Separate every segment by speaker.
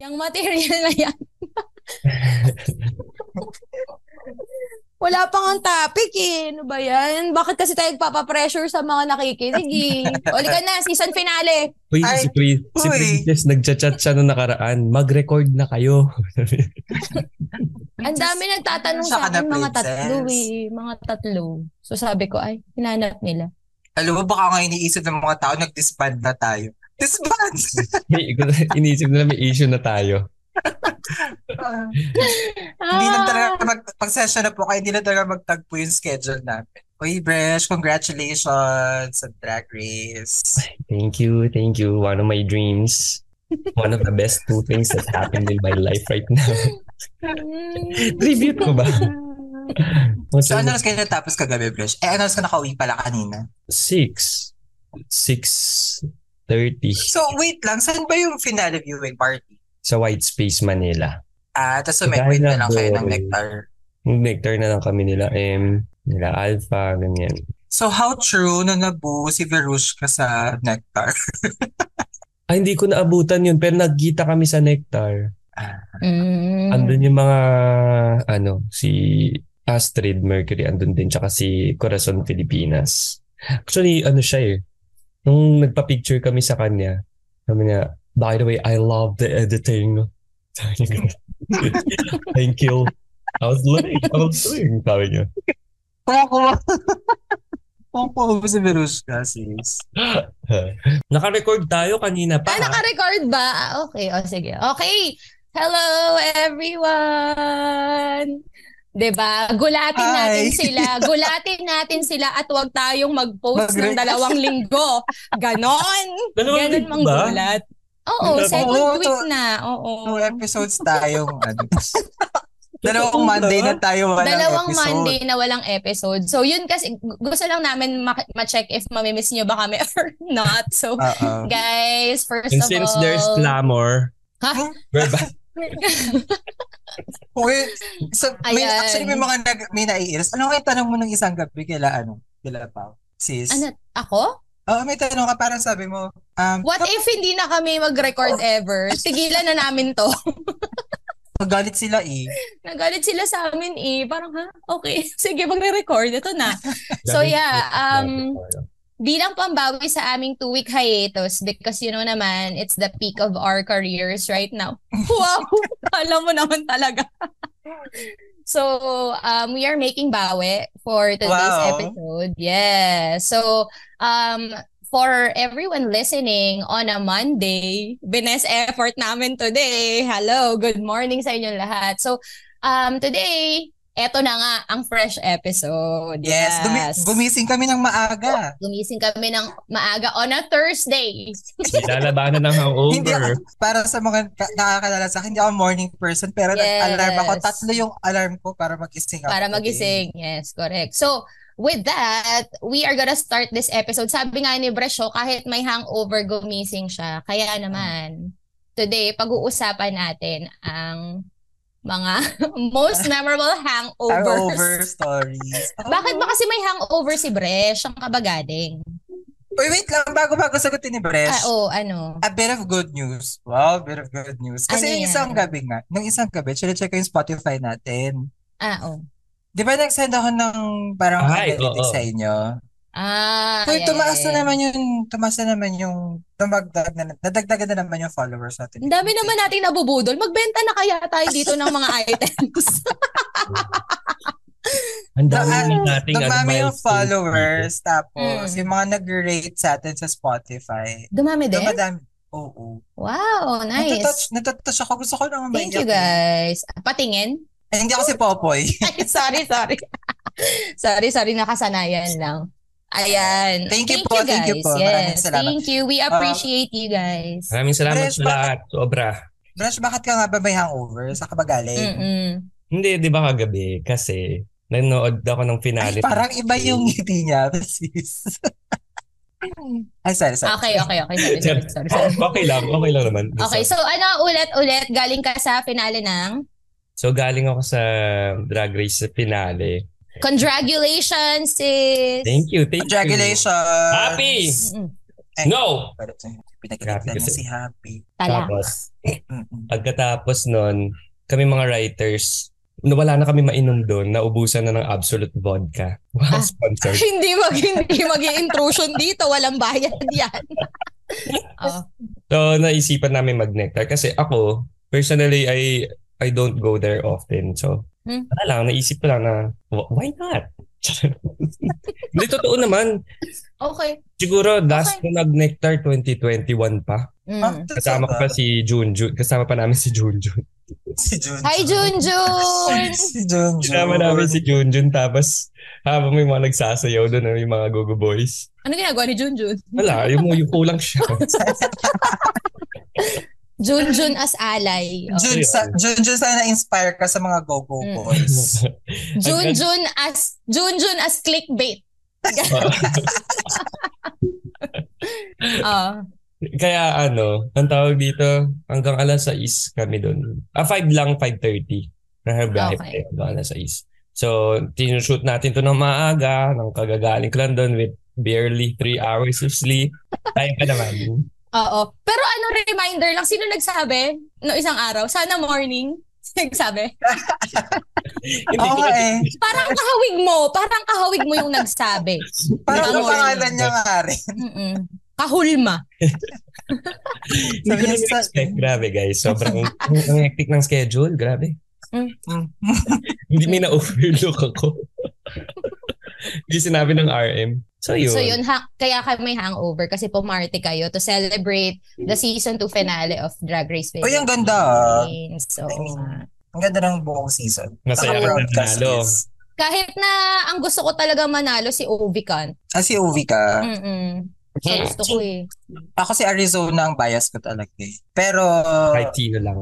Speaker 1: Yung material na yan. Wala pang ang topic eh. Ano ba yan? Bakit kasi tayo nagpapapressure sa mga nakikinig eh? Uli ka na, season finale.
Speaker 2: Uy, si,
Speaker 3: Ay,
Speaker 2: Pri, si
Speaker 3: uy.
Speaker 2: Princess, nagchat-chat siya nung nakaraan. Mag-record na kayo.
Speaker 1: Ang dami nagtatanong
Speaker 3: Saan
Speaker 1: sa
Speaker 3: ka na,
Speaker 1: akin, mga
Speaker 3: princess?
Speaker 1: tatlo eh. Mga tatlo. So sabi ko, ay, hinanap nila.
Speaker 3: Alam mo, baka nga iniisip ng mga tao, nag-disband na tayo. Disband!
Speaker 2: May, inisip nila may issue na tayo.
Speaker 3: hindi lang
Speaker 1: Ah,
Speaker 3: talaga, mag, pag-session na po kayo, hindi lang talaga magtagpo yung schedule namin. Uy, Bresh, congratulations sa Drag Race.
Speaker 2: Thank you, thank you. One of my dreams. One of the best two things that happened in my life right now.
Speaker 1: mm.
Speaker 2: Tribute ko ba?
Speaker 3: So, ano oras kayo natapos kagabi, Bresh? Eh, ano oras ka nakauwi pala kanina?
Speaker 2: Six. Six thirty
Speaker 3: So, wait lang, saan ba yung finale viewing party?
Speaker 2: sa White Space, Manila.
Speaker 3: Ah, tapos sumegway na lang kayo ng
Speaker 2: Dahil na-
Speaker 3: nectar.
Speaker 2: Nag-turn na lang kami nila M, nila Alpha, ganyan.
Speaker 3: So, how true na nabuo si Verushka sa nectar?
Speaker 2: Ay, Ah, hindi ko naabutan yun, pero nagkita kami sa Nectar.
Speaker 1: Mm.
Speaker 2: Andun yung mga, ano, si Astrid Mercury, andun din, tsaka si Corazon Filipinas. Actually, ano siya eh, nung nagpa-picture kami sa kanya, sabi niya, by the way, I love the editing. Sabi niya, thank you. I was learning, I was learning, sabi niya.
Speaker 3: Kumakuha. Kumakuha ba si Verushka, sis?
Speaker 2: Naka-record tayo kanina pa.
Speaker 1: Ah, naka-record ba? Ah, Okay, o sige. Okay. Hello, everyone! 'Di ba? Gulatin
Speaker 3: Hi.
Speaker 1: natin sila. Gulatin natin sila at huwag tayong mag-post ng
Speaker 3: Mag-re-
Speaker 1: dalawang linggo. Ganon!
Speaker 2: Dalawang
Speaker 1: Ganon
Speaker 2: linggo
Speaker 1: mang
Speaker 2: ba?
Speaker 1: gulat. Oo,
Speaker 2: Dalawang-
Speaker 1: second
Speaker 3: Oo,
Speaker 1: week
Speaker 3: to-
Speaker 1: na. Oo.
Speaker 3: Two episodes tayong ano. Dalawang Monday na tayo walang
Speaker 1: Dalawang
Speaker 3: episode.
Speaker 1: Monday na walang episode. So, yun kasi, gu- gusto lang namin ma- ma-check if mamimiss nyo ba kami or not. So,
Speaker 3: Oo.
Speaker 1: guys, first
Speaker 2: And
Speaker 1: of
Speaker 2: since
Speaker 1: all...
Speaker 2: there's glamour,
Speaker 1: Ha?
Speaker 2: we're back.
Speaker 3: Uy, so, may,
Speaker 1: Ayan.
Speaker 3: actually may mga nag, may naiiris. Ano kaya tanong mo ng isang gabi kila ano? Kila Pao? Sis?
Speaker 1: ano, ako?
Speaker 3: Oo, may tanong ka parang sabi mo, um,
Speaker 1: What if hindi na kami mag-record ever? Tigilan na namin to.
Speaker 3: magalit sila eh.
Speaker 1: Nagalit sila sa amin eh. Parang ha? Okay. Sige, magre-record. Ito na. So, yeah, um, Bilang pambawi sa aming two-week hiatus because you know naman, it's the peak of our careers right now. Wow! Alam mo naman talaga. so, um, we are making bawi for today's
Speaker 3: Wow.
Speaker 1: episode. Yeah. So, um, for everyone listening on a Monday, bines effort namin today. Hello, good morning sa inyong lahat. So, um, today, eto na nga ang fresh episode.
Speaker 3: Yes, gumi- gumising kami ng maaga.
Speaker 1: Gumising kami ng maaga on a Thursday.
Speaker 2: Nilalabanan ng
Speaker 3: Hindi ako,
Speaker 2: hangover.
Speaker 3: para sa mga ka- nakakilala sa akin, hindi ako morning person, pero
Speaker 1: Yes.
Speaker 3: nag-alarm ako. Tatlo yung alarm ko para magising ako.
Speaker 1: Para
Speaker 3: today.
Speaker 1: magising. Yes, correct. So, with that, we are gonna start this episode. Sabi nga ni Bresho, kahit may hangover, gumising siya. Kaya naman, today, pag-uusapan natin ang mga most memorable hangovers.
Speaker 3: Hangover stories. Oh.
Speaker 1: Bakit ba kasi may hangover si Bresh? Ang kabagading.
Speaker 3: Uy, wait lang, bago-bago sagutin ni Bresh.
Speaker 1: Ah, oo, ano?
Speaker 3: A bit of good news. Wow, bit of good news. Kasi
Speaker 1: Ano
Speaker 3: yung
Speaker 1: yan?
Speaker 3: isang gabi nga, nung isang gabi, check ko yung Spotify natin.
Speaker 1: Ah, oo.
Speaker 3: Di ba nag-send ako ng parang
Speaker 2: Ay,
Speaker 3: analytics
Speaker 2: oo.
Speaker 3: sa inyo?
Speaker 1: Ah,
Speaker 3: Uy,
Speaker 1: yeah,
Speaker 3: tumaas
Speaker 1: yeah,
Speaker 3: na
Speaker 1: yeah.
Speaker 3: naman yung, tumaas na naman yung, tumagdag na, nadagdagan na naman yung followers natin.
Speaker 1: Ang dami naman nating nabubudol. Magbenta na kaya tayo dito ng mga items.
Speaker 2: Ang
Speaker 3: Dami
Speaker 2: dami na nating ano,
Speaker 3: Dumami yung
Speaker 2: milestones
Speaker 3: followers, tapos
Speaker 1: Mm.
Speaker 3: yung mga nag-rate sa atin sa Spotify.
Speaker 1: Dumami din?
Speaker 3: Dumadami. Oo.
Speaker 1: Wow,
Speaker 3: Natatouch,
Speaker 1: nice.
Speaker 3: natatouch ako. Gusto ko lang
Speaker 1: Thank
Speaker 3: maiyak
Speaker 1: you
Speaker 3: eh.
Speaker 1: guys. Patingin?
Speaker 3: Eh, hindi ako si Popoy.
Speaker 1: Ay, sorry, sorry. sorry, sorry. Nakasanayan lang. Ayan.
Speaker 3: Thank you po, thank you
Speaker 1: guys.
Speaker 3: po. Maraming
Speaker 1: Yes,
Speaker 3: salamat. Um,
Speaker 1: thank you. We appreciate you guys.
Speaker 2: dito. Maraming salamat sa
Speaker 3: Yes, bakit-
Speaker 2: lahat. Sobra.
Speaker 3: Brush, bakit ka nga ba may hangover? Sa kabagaling?
Speaker 1: Mm-mm.
Speaker 2: Hindi, di ba kagabi? Kasi nanood ako ng finale.
Speaker 3: Ay, parang iba yung ngiti niya, sis. Ay, sorry, sorry.
Speaker 1: Okay, okay, okay. Sorry, sorry, sorry. sorry.
Speaker 2: okay lang, okay lang naman.
Speaker 1: Okay, so ano ulit-ulit galing ka sa finale ng
Speaker 2: So, galing ako sa Drag Race sa finale.
Speaker 1: Congratulations, sis!
Speaker 2: Thank you, thank you.
Speaker 3: Congratulations!
Speaker 2: Happy!
Speaker 1: Mm-mm.
Speaker 2: No!
Speaker 3: Pinagalitan niya
Speaker 2: kasi.
Speaker 3: si Happy.
Speaker 1: Tala.
Speaker 2: Tapos,
Speaker 3: Mm-mm.
Speaker 2: pagkatapos nun, kami mga writers, nawala na kami mainom doon, naubusan na ng absolute vodka. Wow,
Speaker 1: Ah.
Speaker 2: sponsored.
Speaker 1: hindi mag hindi mag intrusion dito, walang bayad 'yan. oh,
Speaker 2: So, naisipan namin mag-nectar. Kasi ako, personally, I I don't go there often. So,
Speaker 1: Hmm.
Speaker 2: wala lang, naisip ko lang na, wh- why not? Hindi, totoo naman.
Speaker 1: okay.
Speaker 2: Siguro, last ko nag-nectar 2021 pa.
Speaker 3: Ah,
Speaker 1: Mm.
Speaker 2: Kasama ko pa si Junjun. Kasama pa namin si Junjun.
Speaker 3: Si Junjun.
Speaker 1: Hi Junjun.
Speaker 3: si Junjun.
Speaker 2: Kasama namin si Junjun. Tapos, habang may mga nagsasayaw doon, may mga gogo boys.
Speaker 1: Ano ginagawa ni Junjun?
Speaker 2: Wala, yung, yung kulang siya.
Speaker 1: Junjun as ally. Oh.
Speaker 3: Jun, sa, Junjun, sana na-inspire ka sa mga go-go
Speaker 1: Mm.
Speaker 3: boys.
Speaker 1: Junjun as Junjun as clickbait. Oh.
Speaker 2: Kaya ano, ang tawag dito, hanggang alas 6 kami doon. Ah, 5 lang, 5.30. Nahabiyahe
Speaker 1: Okay.
Speaker 2: pa hanggang alas 6. So, tinushoot natin to ng maaga, ng kagagaling ko lang doon with barely 3 hours of sleep. Kaya ka naman.
Speaker 1: Oo. Pero ano reminder lang sino nagsabi no isang araw, sana morning. Nagsabi.
Speaker 2: Hindi
Speaker 3: Oo
Speaker 2: ko
Speaker 3: nga
Speaker 2: na-
Speaker 3: eh.
Speaker 1: Parang kahawig mo, parang kahawig mo yung nagsabi. Hindi
Speaker 3: Parang ang
Speaker 1: ko
Speaker 3: pangalan niya nga rin.
Speaker 1: Mm-mm. Kahulma.
Speaker 2: Hindi ko na
Speaker 3: Sabi-
Speaker 2: expect. Grabe guys. Sobrang ang, ang hectic ng schedule. Grabe.
Speaker 3: Mm.
Speaker 2: Hindi may na-overlook ako. Hindi sinabi ng RM. So yun.
Speaker 1: So yun, ha- kaya kami hangover kasi pumarty kayo to celebrate the season 2 finale of Drag Race
Speaker 3: Uy, ang ganda, ah.
Speaker 1: Philippines. Oo
Speaker 3: I mean,
Speaker 1: nga.
Speaker 3: Ang ganda ng buong season.
Speaker 2: Masaya ka na
Speaker 3: Naka-broadcast
Speaker 2: nanalo.
Speaker 3: is-
Speaker 1: Kahit na ang gusto ko talaga manalo si Ovican.
Speaker 3: Ah, si Uvi ka.
Speaker 1: Mm-mm. So, gusto ko eh.
Speaker 3: Ako si Arizona ang bias ko talaga eh. Pero,
Speaker 2: Kahit sino lang.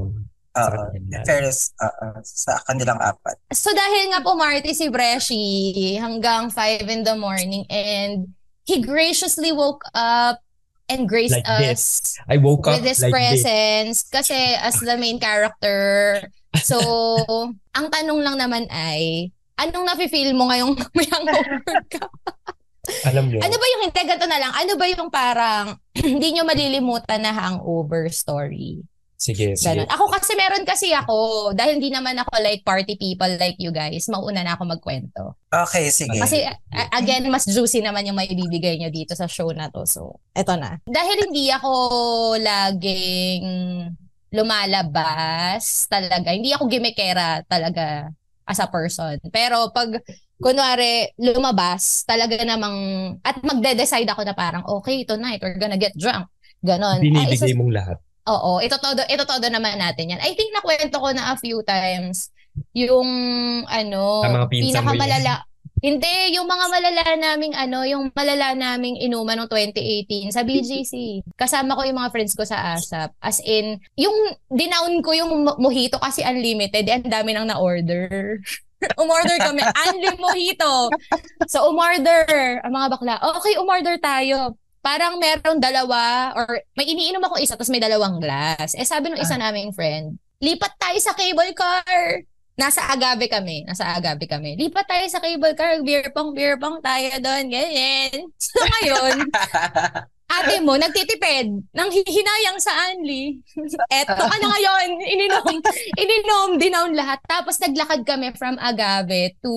Speaker 2: sa
Speaker 3: oo,
Speaker 2: kanila.
Speaker 3: fairness, oo, sa kanilang apat.
Speaker 1: So dahil nga pumarty si Breshi hanggang 5 in the morning and he graciously woke up and graced
Speaker 2: Like
Speaker 1: us
Speaker 2: I woke up
Speaker 1: with his
Speaker 2: like this.
Speaker 1: presence kasi as the main character. So, ang tanong lang naman ay, anong nafe-feel mo ngayong may hangover ka?
Speaker 2: Alam mo,
Speaker 1: Ano ba yung, hindi, ganito na lang, ano ba yung parang hindi nyo malilimutan na hangover story?
Speaker 2: sige, sige.
Speaker 1: Ganun. Ako kasi meron kasi ako, dahil hindi naman ako like party people like you guys, mauna na ako magkwento.
Speaker 3: Okay, sige.
Speaker 1: Kasi a- again, mas juicy naman yung may bibigay nyo dito sa show na to. So, eto na. Dahil hindi ako laging lumalabas talaga, hindi ako gimikera talaga as a person. Pero pag kunwari lumabas, talaga namang, at magde-decide ako na parang, okay, tonight we're gonna get drunk. Ganon. Ay, isa-
Speaker 2: Binibigay mong lahat.
Speaker 1: Oo, ito todo, ito todo naman natin yan. I think nakwento ko na a few times yung ano,
Speaker 2: Ang mga pinsan mo
Speaker 1: pinakamalala. Hindi, yung mga malala naming ano, yung malala naming inuman noong 2018 sa BGC. Kasama ko yung mga friends ko sa ASAP. As in, yung dinown ko yung mo- mojito kasi unlimited, eh, ang dami nang na-order. umorder kami, unli mojito. So umorder, ang mga bakla, okay, umorder tayo parang merong dalawa or may iniinom ako isa tapos may dalawang glass. Eh sabi nung isa naming friend, lipat tayo sa cable car. Nasa Agave kami, nasa Agave kami. Lipat tayo sa cable car, beer pong, beer pong tayo doon, ganyan. So ngayon, ate mo nagtitipid ng hinayang sa Anli. Eto ka na ngayon, ininom, ininom, dinown lahat. Tapos naglakad kami from Agave to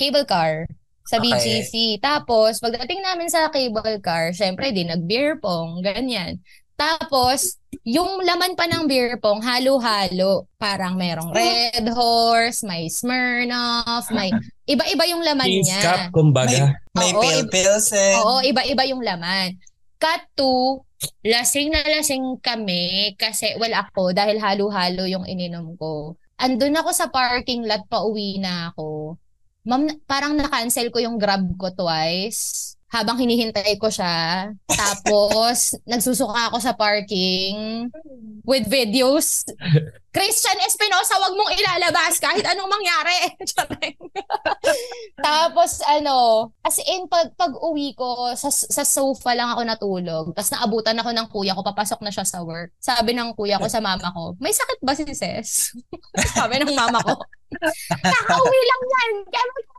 Speaker 1: cable car sa
Speaker 3: Okay.
Speaker 1: BGC. Tapos pagdating namin sa cable car, syempre di nag-beer pong, ganyan. Tapos, yung laman pa ng beer pong, halo-halo. Parang merong Red Horse, may Smirnoff, may iba-iba yung laman
Speaker 2: King's
Speaker 1: niya.
Speaker 2: Cup, kumbaga.
Speaker 3: May
Speaker 1: Oo, i-
Speaker 3: pale pills eh.
Speaker 1: Oo, iba-iba yung laman. Cut to, lasing na lasing kami kasi, well ako, dahil halo-halo yung ininom ko. Andun ako sa parking lot, pauwi na ako. Ma'am, na- parang na-cancel ko yung grab ko twice habang hinihintay ko siya. Tapos, nagsusuka ako sa parking with videos. Christian Espinosa, wag mong ilalabas kahit anong mangyari. Charing. Tapos ano, as in pag pag uwi ko sa sa sofa lang ako natulog. Tapos naabutan ako ng kuya ko, papasok na siya sa work. Sabi ng kuya ko sa mama ko, "May sakit ba si Ses?" Sabi ng mama ko. Kakauwi lang yan. Kaya mo na.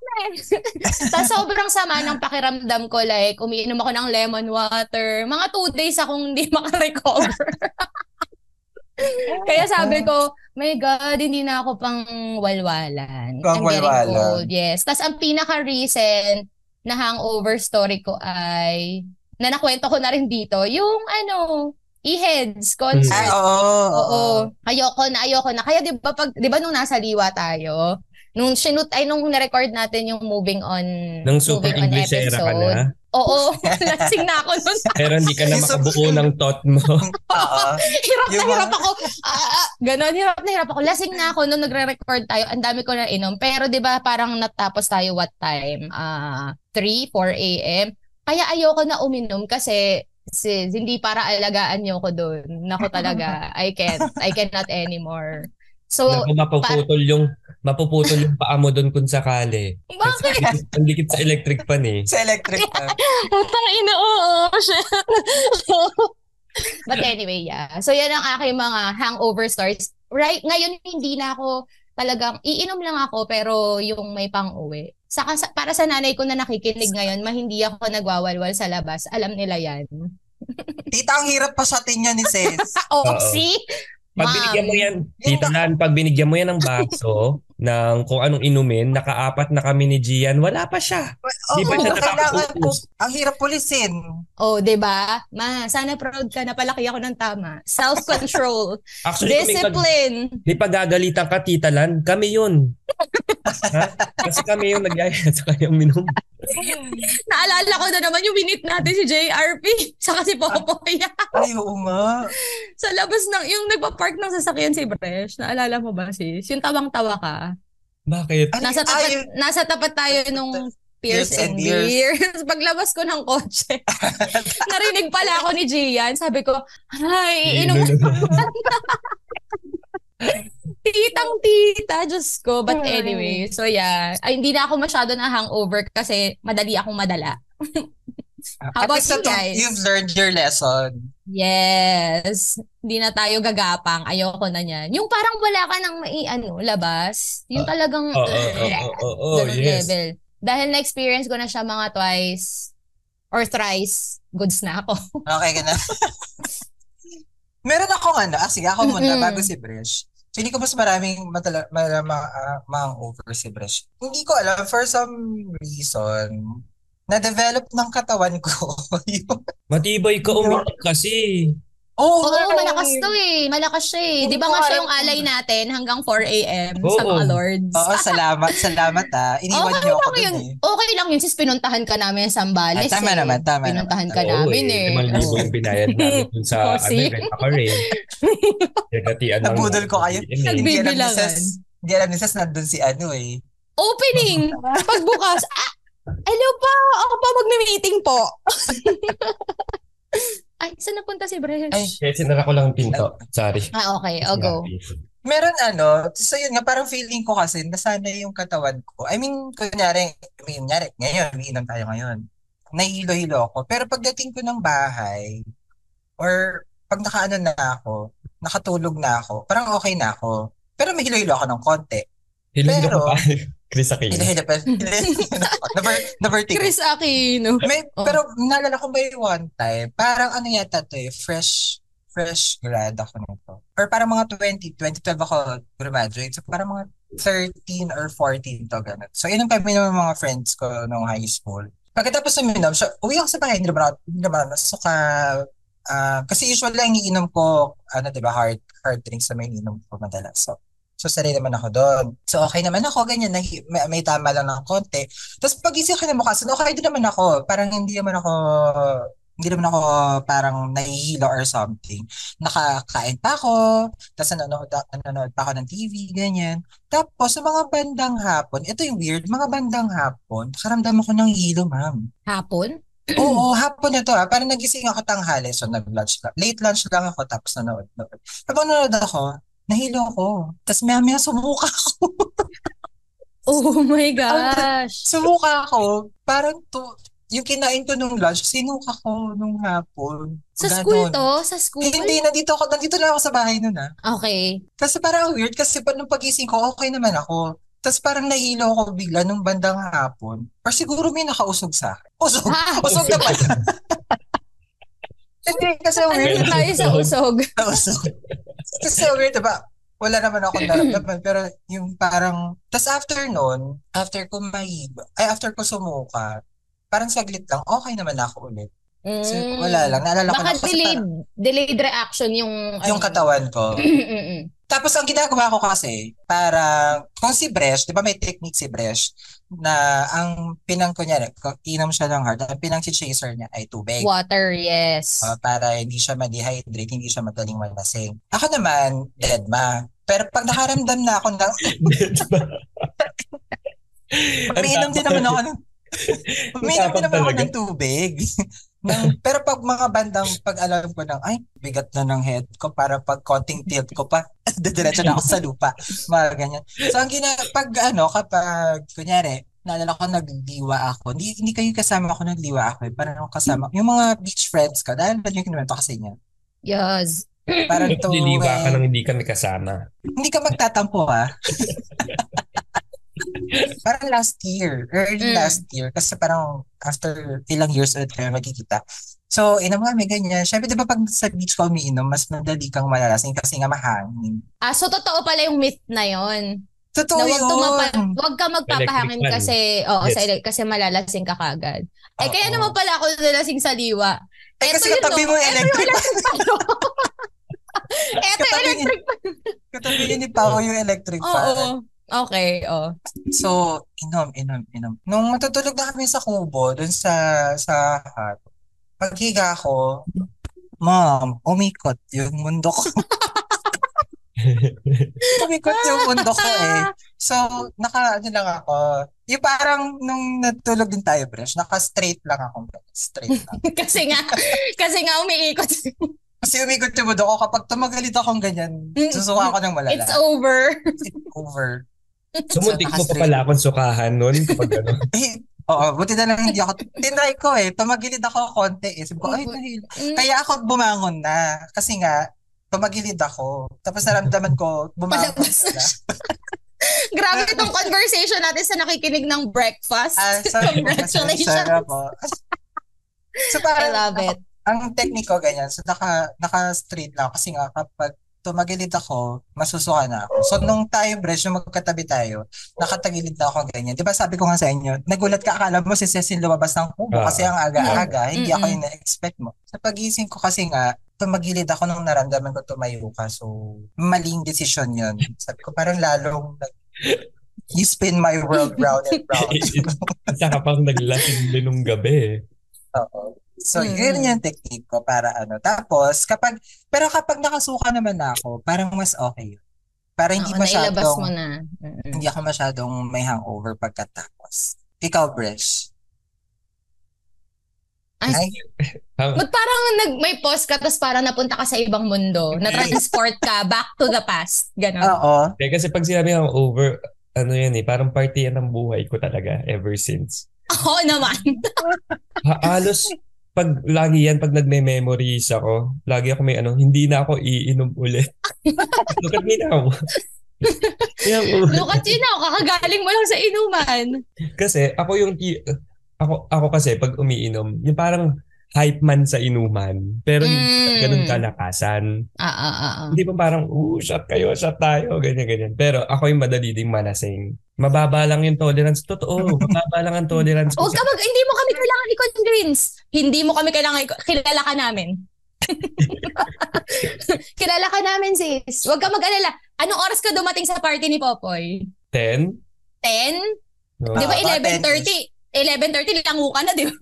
Speaker 1: Sa sobrang sama ng pakiramdam ko, like, umiinom ako ng lemon water. Mga two days akong hindi makarecover. Kaya sabi ko, my God, hindi na ako pang walwalan.
Speaker 3: Pang
Speaker 1: I'm getting
Speaker 3: walwalan.
Speaker 1: old, yes. Tapos ang pinaka-recent na hangover story ko ay, na nakwento ko na rin dito, yung ano, E-Heads
Speaker 3: Ay,
Speaker 1: concert.
Speaker 3: Mm. Ah, oo.
Speaker 1: Oo. Ayoko na, ayoko na. Kaya 'di ba pag 'di ba nung nasa liwa tayo, nung sinut ay nung na-record natin yung Moving On
Speaker 2: Nang super
Speaker 1: moving on
Speaker 2: English era ka na.
Speaker 1: Oo, lasing na ako nun.
Speaker 2: Pero hindi ka na
Speaker 3: Yung super-
Speaker 2: makabuo ng thought mo.
Speaker 3: Oo.
Speaker 1: hirap na
Speaker 3: Yung mga-
Speaker 1: hirap ako. Ah, ah, ganon, hirap na hirap ako. Lasing na ako nung nagre-record tayo. Ang dami ko na inom. Pero 'di ba parang natapos tayo what time? Ah, 3, 4 AM. Kaya ayoko na uminom kasi sis, hindi para alagaan niyo ko doon. Nako talaga, I can't. I cannot anymore. So,
Speaker 2: Naku, mapuputol yung mapuputol yung paa mo doon kung sakali.
Speaker 1: bakit?
Speaker 2: Dikit- Ang dikit sa electric pan eh.
Speaker 3: Sa electric pa.
Speaker 1: Putang ina, oo, shit. But anyway, yeah. So yan ang aking mga hangover stories. Right, ngayon hindi na ako talagang, iinom lang ako pero yung may pang-uwi. Saka sa, para sa nanay ko na nakikinig ngayon, ma hindi ako nagwawalwal sa labas. Alam nila yan.
Speaker 3: Tita, ang hirap pa sa tinya ni sis.
Speaker 1: Oo,
Speaker 2: Oo.
Speaker 1: see?
Speaker 2: Pag binigyan
Speaker 1: Ma'am.
Speaker 2: mo yan, Tita Lan, pag binigyan mo yan ng baso, ng kung anong inumin, nakaapat na kami ni Gian, wala pa siya. Di
Speaker 3: Oo,
Speaker 2: ba siya
Speaker 3: kailangan ko.
Speaker 2: nakakaubos?
Speaker 3: Ang hirap pulisin.
Speaker 1: Oh, 'di ba? Ma, sana proud ka na palaki ako ng tama. Self-control,
Speaker 2: Actually, kung may pag,
Speaker 1: discipline.
Speaker 2: may pagagalitan ka, Tita Lan, kami yun. ha? Kasi kami yung nagyayaya sa kanyang minom.
Speaker 1: Naalala ko na naman yung winit natin si JRP sa kasi Popoy.
Speaker 3: Ay, oo nga.
Speaker 1: sa labas ng, yung nagpa-park ng sasakyan si Bresh, naalala mo ba sis? Yung tawang-tawa ka.
Speaker 2: Bakit?
Speaker 3: Ay,
Speaker 1: Nasa
Speaker 3: ay,
Speaker 1: tapat, nasa tapat tayo nung Pierce
Speaker 3: Years and
Speaker 1: and Beers. Paglabas ko ng kotse, narinig pala ako ni Gian. Sabi ko, ay, inom Titang tita, Diyos ko. But
Speaker 4: Ay.
Speaker 1: anyway, so yeah. Ay, hindi na ako masyado na hangover kasi madali akong madala. How
Speaker 3: At
Speaker 1: about
Speaker 3: least
Speaker 1: you
Speaker 3: ito,
Speaker 1: guys?
Speaker 3: You've learned your lesson.
Speaker 1: Yes. Hindi na tayo gagapang. Ayoko na niyan. Yung parang wala ka nang mai, ano, labas. Yung talagang eh,
Speaker 2: Oo, oo, oo, oo, oo,
Speaker 1: ganun
Speaker 2: Oh, yes.
Speaker 1: level. Dahil na-experience ko na siya mga twice or thrice, goods na ako.
Speaker 3: Okay ka na. Meron akong ano, ah, sige ako muna
Speaker 1: Mm-mm.
Speaker 3: bago si Bresh. Feeling ko mas maraming matala, malama, ah, mga over si Bresh. Hindi ko alam, for some reason, na-develop ng katawan ko. yung,
Speaker 2: Matibay ka uminom kasi.
Speaker 1: Oo,
Speaker 3: oh, nga.
Speaker 1: malakas to eh. Malakas siya eh. Di ba nga siya yung alay natin hanggang 4 a.m. sa
Speaker 2: Oo. Ah,
Speaker 1: mga lords?
Speaker 3: Oo, salamat, salamat ah. Iniwan
Speaker 1: Okay
Speaker 3: niyo ako
Speaker 1: lang
Speaker 3: dun
Speaker 1: yun.
Speaker 3: eh.
Speaker 1: Okay lang yun sis, pinuntahan ka namin sa Sambales.
Speaker 3: Ah, tama
Speaker 1: eh.
Speaker 3: naman, tama
Speaker 1: Pinuntahan
Speaker 3: naman.
Speaker 1: ka namin eh.
Speaker 2: Limang libo
Speaker 1: Oo.
Speaker 2: yung binayad namin dun sa
Speaker 1: Oh,
Speaker 2: ano,
Speaker 1: see?
Speaker 2: rent ako rin. Nagatian ng-
Speaker 3: Nabudol ko kayo.
Speaker 1: Nagbi-
Speaker 2: Eh,
Speaker 3: Hindi alam ni
Speaker 1: Bibilangan.
Speaker 3: Sas, hindi alam ni Sas, nandun si ano eh.
Speaker 1: Opening! Pagbukas, ah, hello pa, ako pa magme-meeting po. Ay, saan napunta si Bresh?
Speaker 3: Ay.
Speaker 2: Kaya sinara ko lang ang pinto. Sorry.
Speaker 1: Ah, okay, I'll go.
Speaker 3: Meron ano, so yun nga, parang feeling ko kasi nasanay yung katawan ko. I mean, kunyari, I mean, kunyari, ngayon, umiinom tayo ngayon. Nahilo-hilo ako. Pero pagdating ko ng bahay, or pag nakaano na ako, nakatulog na ako, parang okay na ako. Pero mahilo-hilo ako ng konti.
Speaker 2: Hiling ko
Speaker 3: Pero-
Speaker 2: pa. Chris Aquino.
Speaker 3: Hilo-hilo pa. Hilo-hilo ako. Naver- navertigo.
Speaker 1: Chris Aquino.
Speaker 3: May,
Speaker 1: Oh.
Speaker 3: Pero naalala ko may one time, parang ano yata to eh, fresh, fresh grad ako nito. Or parang mga 20, 2012 ako graduate. So parang mga 13 or 14 to ganun. So inom kami ng mga friends ko nung high school. Pagkatapos uminom, so, uwi ako sa bahay, hindi naman ako, hindi naman ako nasuka. Ah, kasi usually ang iniinom ko, ano diba, hard, hard drinks na may iniinom ko madalas. So, so sarili naman ako doon. So okay naman ako, ganyan, nahi- may, may tama lang ng konti. Tapos pagising ko na mukha, so okay din naman ako. Parang hindi naman ako, hindi naman ako parang nahihilo or something. Nakakain pa ako, tapos nanonood, nanonood pa ako ng TV, ganyan. Tapos sa mga bandang hapon, ito yung weird, mga bandang hapon, nakaramdam ako ng hilo, ma'am.
Speaker 1: Hapon?
Speaker 3: Oo, hapon na to ha. Parang nagising ako tanghali, so nag-lunch lang. Late lunch lang ako, tapos nanonood. nanonood. Tapos nanonood ako, nahilo ako. Tapos maya-maya sumuka ako.
Speaker 1: Oh my gosh.
Speaker 3: Sumuka ako, parang to, yung kinain ko nung lunch, sinuka ko nung hapon.
Speaker 1: Sa
Speaker 3: Ganon.
Speaker 1: school to? Sa school?
Speaker 3: Hindi, nandito ako, nandito lang ako sa bahay nun ah.
Speaker 1: Okay.
Speaker 3: Kasi parang ang weird kasi pa nung pagising ko, okay naman ako. Tapos parang nahilo ako bigla nung bandang hapon. Or siguro may nakausog sa akin. Usog!
Speaker 1: Ah!
Speaker 3: Usog na pala. Hindi, kasi
Speaker 1: Ano
Speaker 3: weird.
Speaker 1: na tayo sa usog?
Speaker 3: Usog. Kasi weird, diba? Wala naman ako naramdaman. Pero yung parang... Tapos after nun, after ko mahiba, ay after ko sumuka, parang saglit lang, okay naman ako ulit. So,
Speaker 1: Mm.
Speaker 3: wala lang. Naalala ko
Speaker 1: Baka
Speaker 3: na. kasi
Speaker 1: delayed,
Speaker 3: parang
Speaker 1: delayed reaction yung... ano.
Speaker 3: yung katawan ko.
Speaker 1: Mm-mm.
Speaker 3: Tapos ang ginagawa ko kasi, para kung si Bresh, di ba may technique si Bresh, na ang pinang kunyari, kung inom siya ng hard, ang pinang chaser niya ay tubig.
Speaker 1: Water, yes.
Speaker 3: Uh, para hindi siya ma-dehydrate, hindi siya madaling malasing. Ako naman, dead ma. Pero pag nakaramdam na ako ng, umiinom din naman ako ng, umiinom din naman ako ng tubig. Nang, pero pag mga bandang pag alam ko ng, ay, bigat na ng head ko para pag konting tilt ko pa, didiretso na ako sa lupa. Mga ganyan. So, ang gina, pag ano, kapag, kunyari, naalala ko nagliwa ako. Hindi, hindi kayo kasama ako nagliwa ako. Eh. Parang kasama. Yung mga beach friends ko, dahil ba yung kinuwento kasi niya?
Speaker 1: Yes.
Speaker 3: Parang to,
Speaker 2: Niliwa ka
Speaker 3: eh,
Speaker 2: nang hindi kami kasama.
Speaker 3: hindi ka magtatampo ha. parang last year, early
Speaker 1: Mm.
Speaker 3: last year, kasi parang after ilang years ulit kami magkikita. So, inom kami, ganyan. Siyempre, di ba pag sa beach ka umiinom, mas madali kang malalasing kasi nga mahangin.
Speaker 1: Ah, so totoo pala yung myth na yon.
Speaker 3: Totoo
Speaker 1: Na
Speaker 3: yun.
Speaker 1: wag, tumapa, wag ka magpapahangin
Speaker 2: Electric fan.
Speaker 1: kasi, oo,
Speaker 2: Yes.
Speaker 1: sa ele- kasi malalasing ka kagad. Eh,
Speaker 3: Oo.
Speaker 1: kaya naman pala ako nalasing sa liwa.
Speaker 3: Eh,
Speaker 1: Eto
Speaker 3: kasi
Speaker 1: yun,
Speaker 3: katabi
Speaker 1: no?
Speaker 3: mo yung
Speaker 1: Eto
Speaker 3: electric.
Speaker 1: Eto, eh.
Speaker 3: Katabi ni-
Speaker 1: electric pa.
Speaker 3: Katabi yun ni Pao yung electric
Speaker 1: Oo.
Speaker 3: fan.
Speaker 1: Okay, oo.
Speaker 3: So, inom, inom, inom. Nung matutulog na kami sa kubo, dun sa, sa hut, paghiga ko, Ma'am, umikot yung mundo ko. umikot yung mundo ko eh. So, naka, ano lang ako, yung parang nung natulog din tayo, Bresh, naka-straight lang ako. Straight lang.
Speaker 1: kasi nga, kasi nga umiikot.
Speaker 3: Kasi umikot yung mundo ko. Kapag tumagalit akong ganyan,
Speaker 1: Mm.
Speaker 3: susuka ako ng malala.
Speaker 1: It's over.
Speaker 3: over.
Speaker 2: Sumuntik mo pa pala akong sukahan nun kapag ano.
Speaker 3: Eh, Oo, buti na lang hindi ako. Tinry ko eh. Tumagilid ako konti eh. Sabi ko, ay, nahil.
Speaker 1: Mm.
Speaker 3: Kaya ako bumangon na. Kasi nga, tumagilid ako. Tapos naramdaman ko, bumangon
Speaker 1: Palabas na
Speaker 3: na.
Speaker 1: Grabe itong conversation natin sa nakikinig ng breakfast.
Speaker 3: Ah, sorry po, kasi
Speaker 1: Congratulations.
Speaker 3: sarap po. so
Speaker 1: I
Speaker 3: parang,
Speaker 1: love it.
Speaker 3: ang technique ko ganyan, so naka, naka-straight lang. Kasi nga, kapag tumagilid ako, masusuka na ako. So, nung tayo, Bresh, yung magkatabi tayo, nakatagilid na ako ganyan. Di ba sabi ko nga sa inyo, nagulat ka, akala mo si Cecil lumabas ng kubo
Speaker 2: Ah.
Speaker 3: kasi ang aga-aga, hindi ako
Speaker 1: Mm-mm.
Speaker 3: yung na-expect mo. Sa pagising ko kasi nga, tumagilid ako nung naramdaman ko tumayo ka. So, maling decision yun. Sabi ko, parang lalong nag- you spin my world round and round.
Speaker 2: Isa ka pang naglasing din nung gabi eh.
Speaker 3: Oo. So,
Speaker 1: Mm.
Speaker 3: yun yung technique ko para ano. Tapos, kapag, pero kapag nakasuka naman ako, parang mas okay yun. Para hindi
Speaker 1: Oo, nailabas mo
Speaker 3: masyadong,
Speaker 1: na. Mm-mm.
Speaker 3: hindi ako masyadong may hangover pagkatapos. Ikaw, Bresh.
Speaker 1: Ay,
Speaker 3: Ay,
Speaker 2: Ang-
Speaker 1: Ba't parang nag, may pause ka tapos parang napunta ka sa ibang mundo? Na-transport ka back to the past. Ganon.
Speaker 3: oo.
Speaker 2: Kaya kasi pag sinabi ang over, ano yan eh, parang party yan ang buhay ko talaga ever since.
Speaker 1: Oo naman.
Speaker 2: Ha, halos pag lagi yan, pag nagme-memories ako, lagi ako may ano, hindi na ako iinom ulit. Look at me now. Yan ang over.
Speaker 1: Look at you now, kakagaling mo lang sa inuman.
Speaker 2: Kasi ako yung, ti- ako, ako kasi pag umiinom, yung parang hype man sa inuman. Pero hindi
Speaker 1: Mm.
Speaker 2: ganun kalakasan.
Speaker 1: Ah, ah, ah, ah.
Speaker 2: Hindi pa parang, ooh, shot kayo, shot tayo, ganyan, ganyan. Pero ako yung madali ding manasing. Mababa lang yung tolerance. Totoo, mababa lang ang tolerance ko
Speaker 1: Huwag
Speaker 2: sa
Speaker 1: ka mag, hindi mo kami kailangan i-convince. Hindi mo kami kailangan, i- kilala ka namin. kilala ka namin sis. Huwag ka mag-alala. Anong oras ka dumating sa party ni Popoy?
Speaker 2: 10.
Speaker 1: 10?
Speaker 2: No?
Speaker 1: Di ba
Speaker 3: Ah, baka
Speaker 1: 11.30? 11.30 lang ka na, di ba?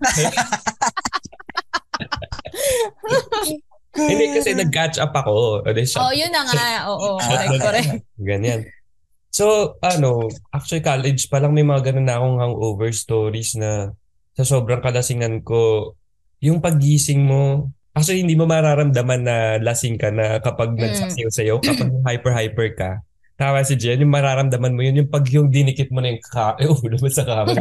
Speaker 2: Hindi kasi nag-catch up ako. O, di, shot.
Speaker 1: Oh, yun na nga. Oo,
Speaker 3: Ah,
Speaker 1: correct, correct.
Speaker 2: Ganyan. So, ano, actually college pa lang may mga ganun na akong hangover stories na sa sobrang kalasingan ko, yung paggising mo, actually hindi mo mararamdaman na lasing ka na kapag
Speaker 1: Mm.
Speaker 2: nagsasayaw sa'yo, kapag hyper-hyper ka. Tama si Jen, yung mararamdaman mo yun, yung pag yung dinikit mo na yung ka- eh, ulo mo sa kama.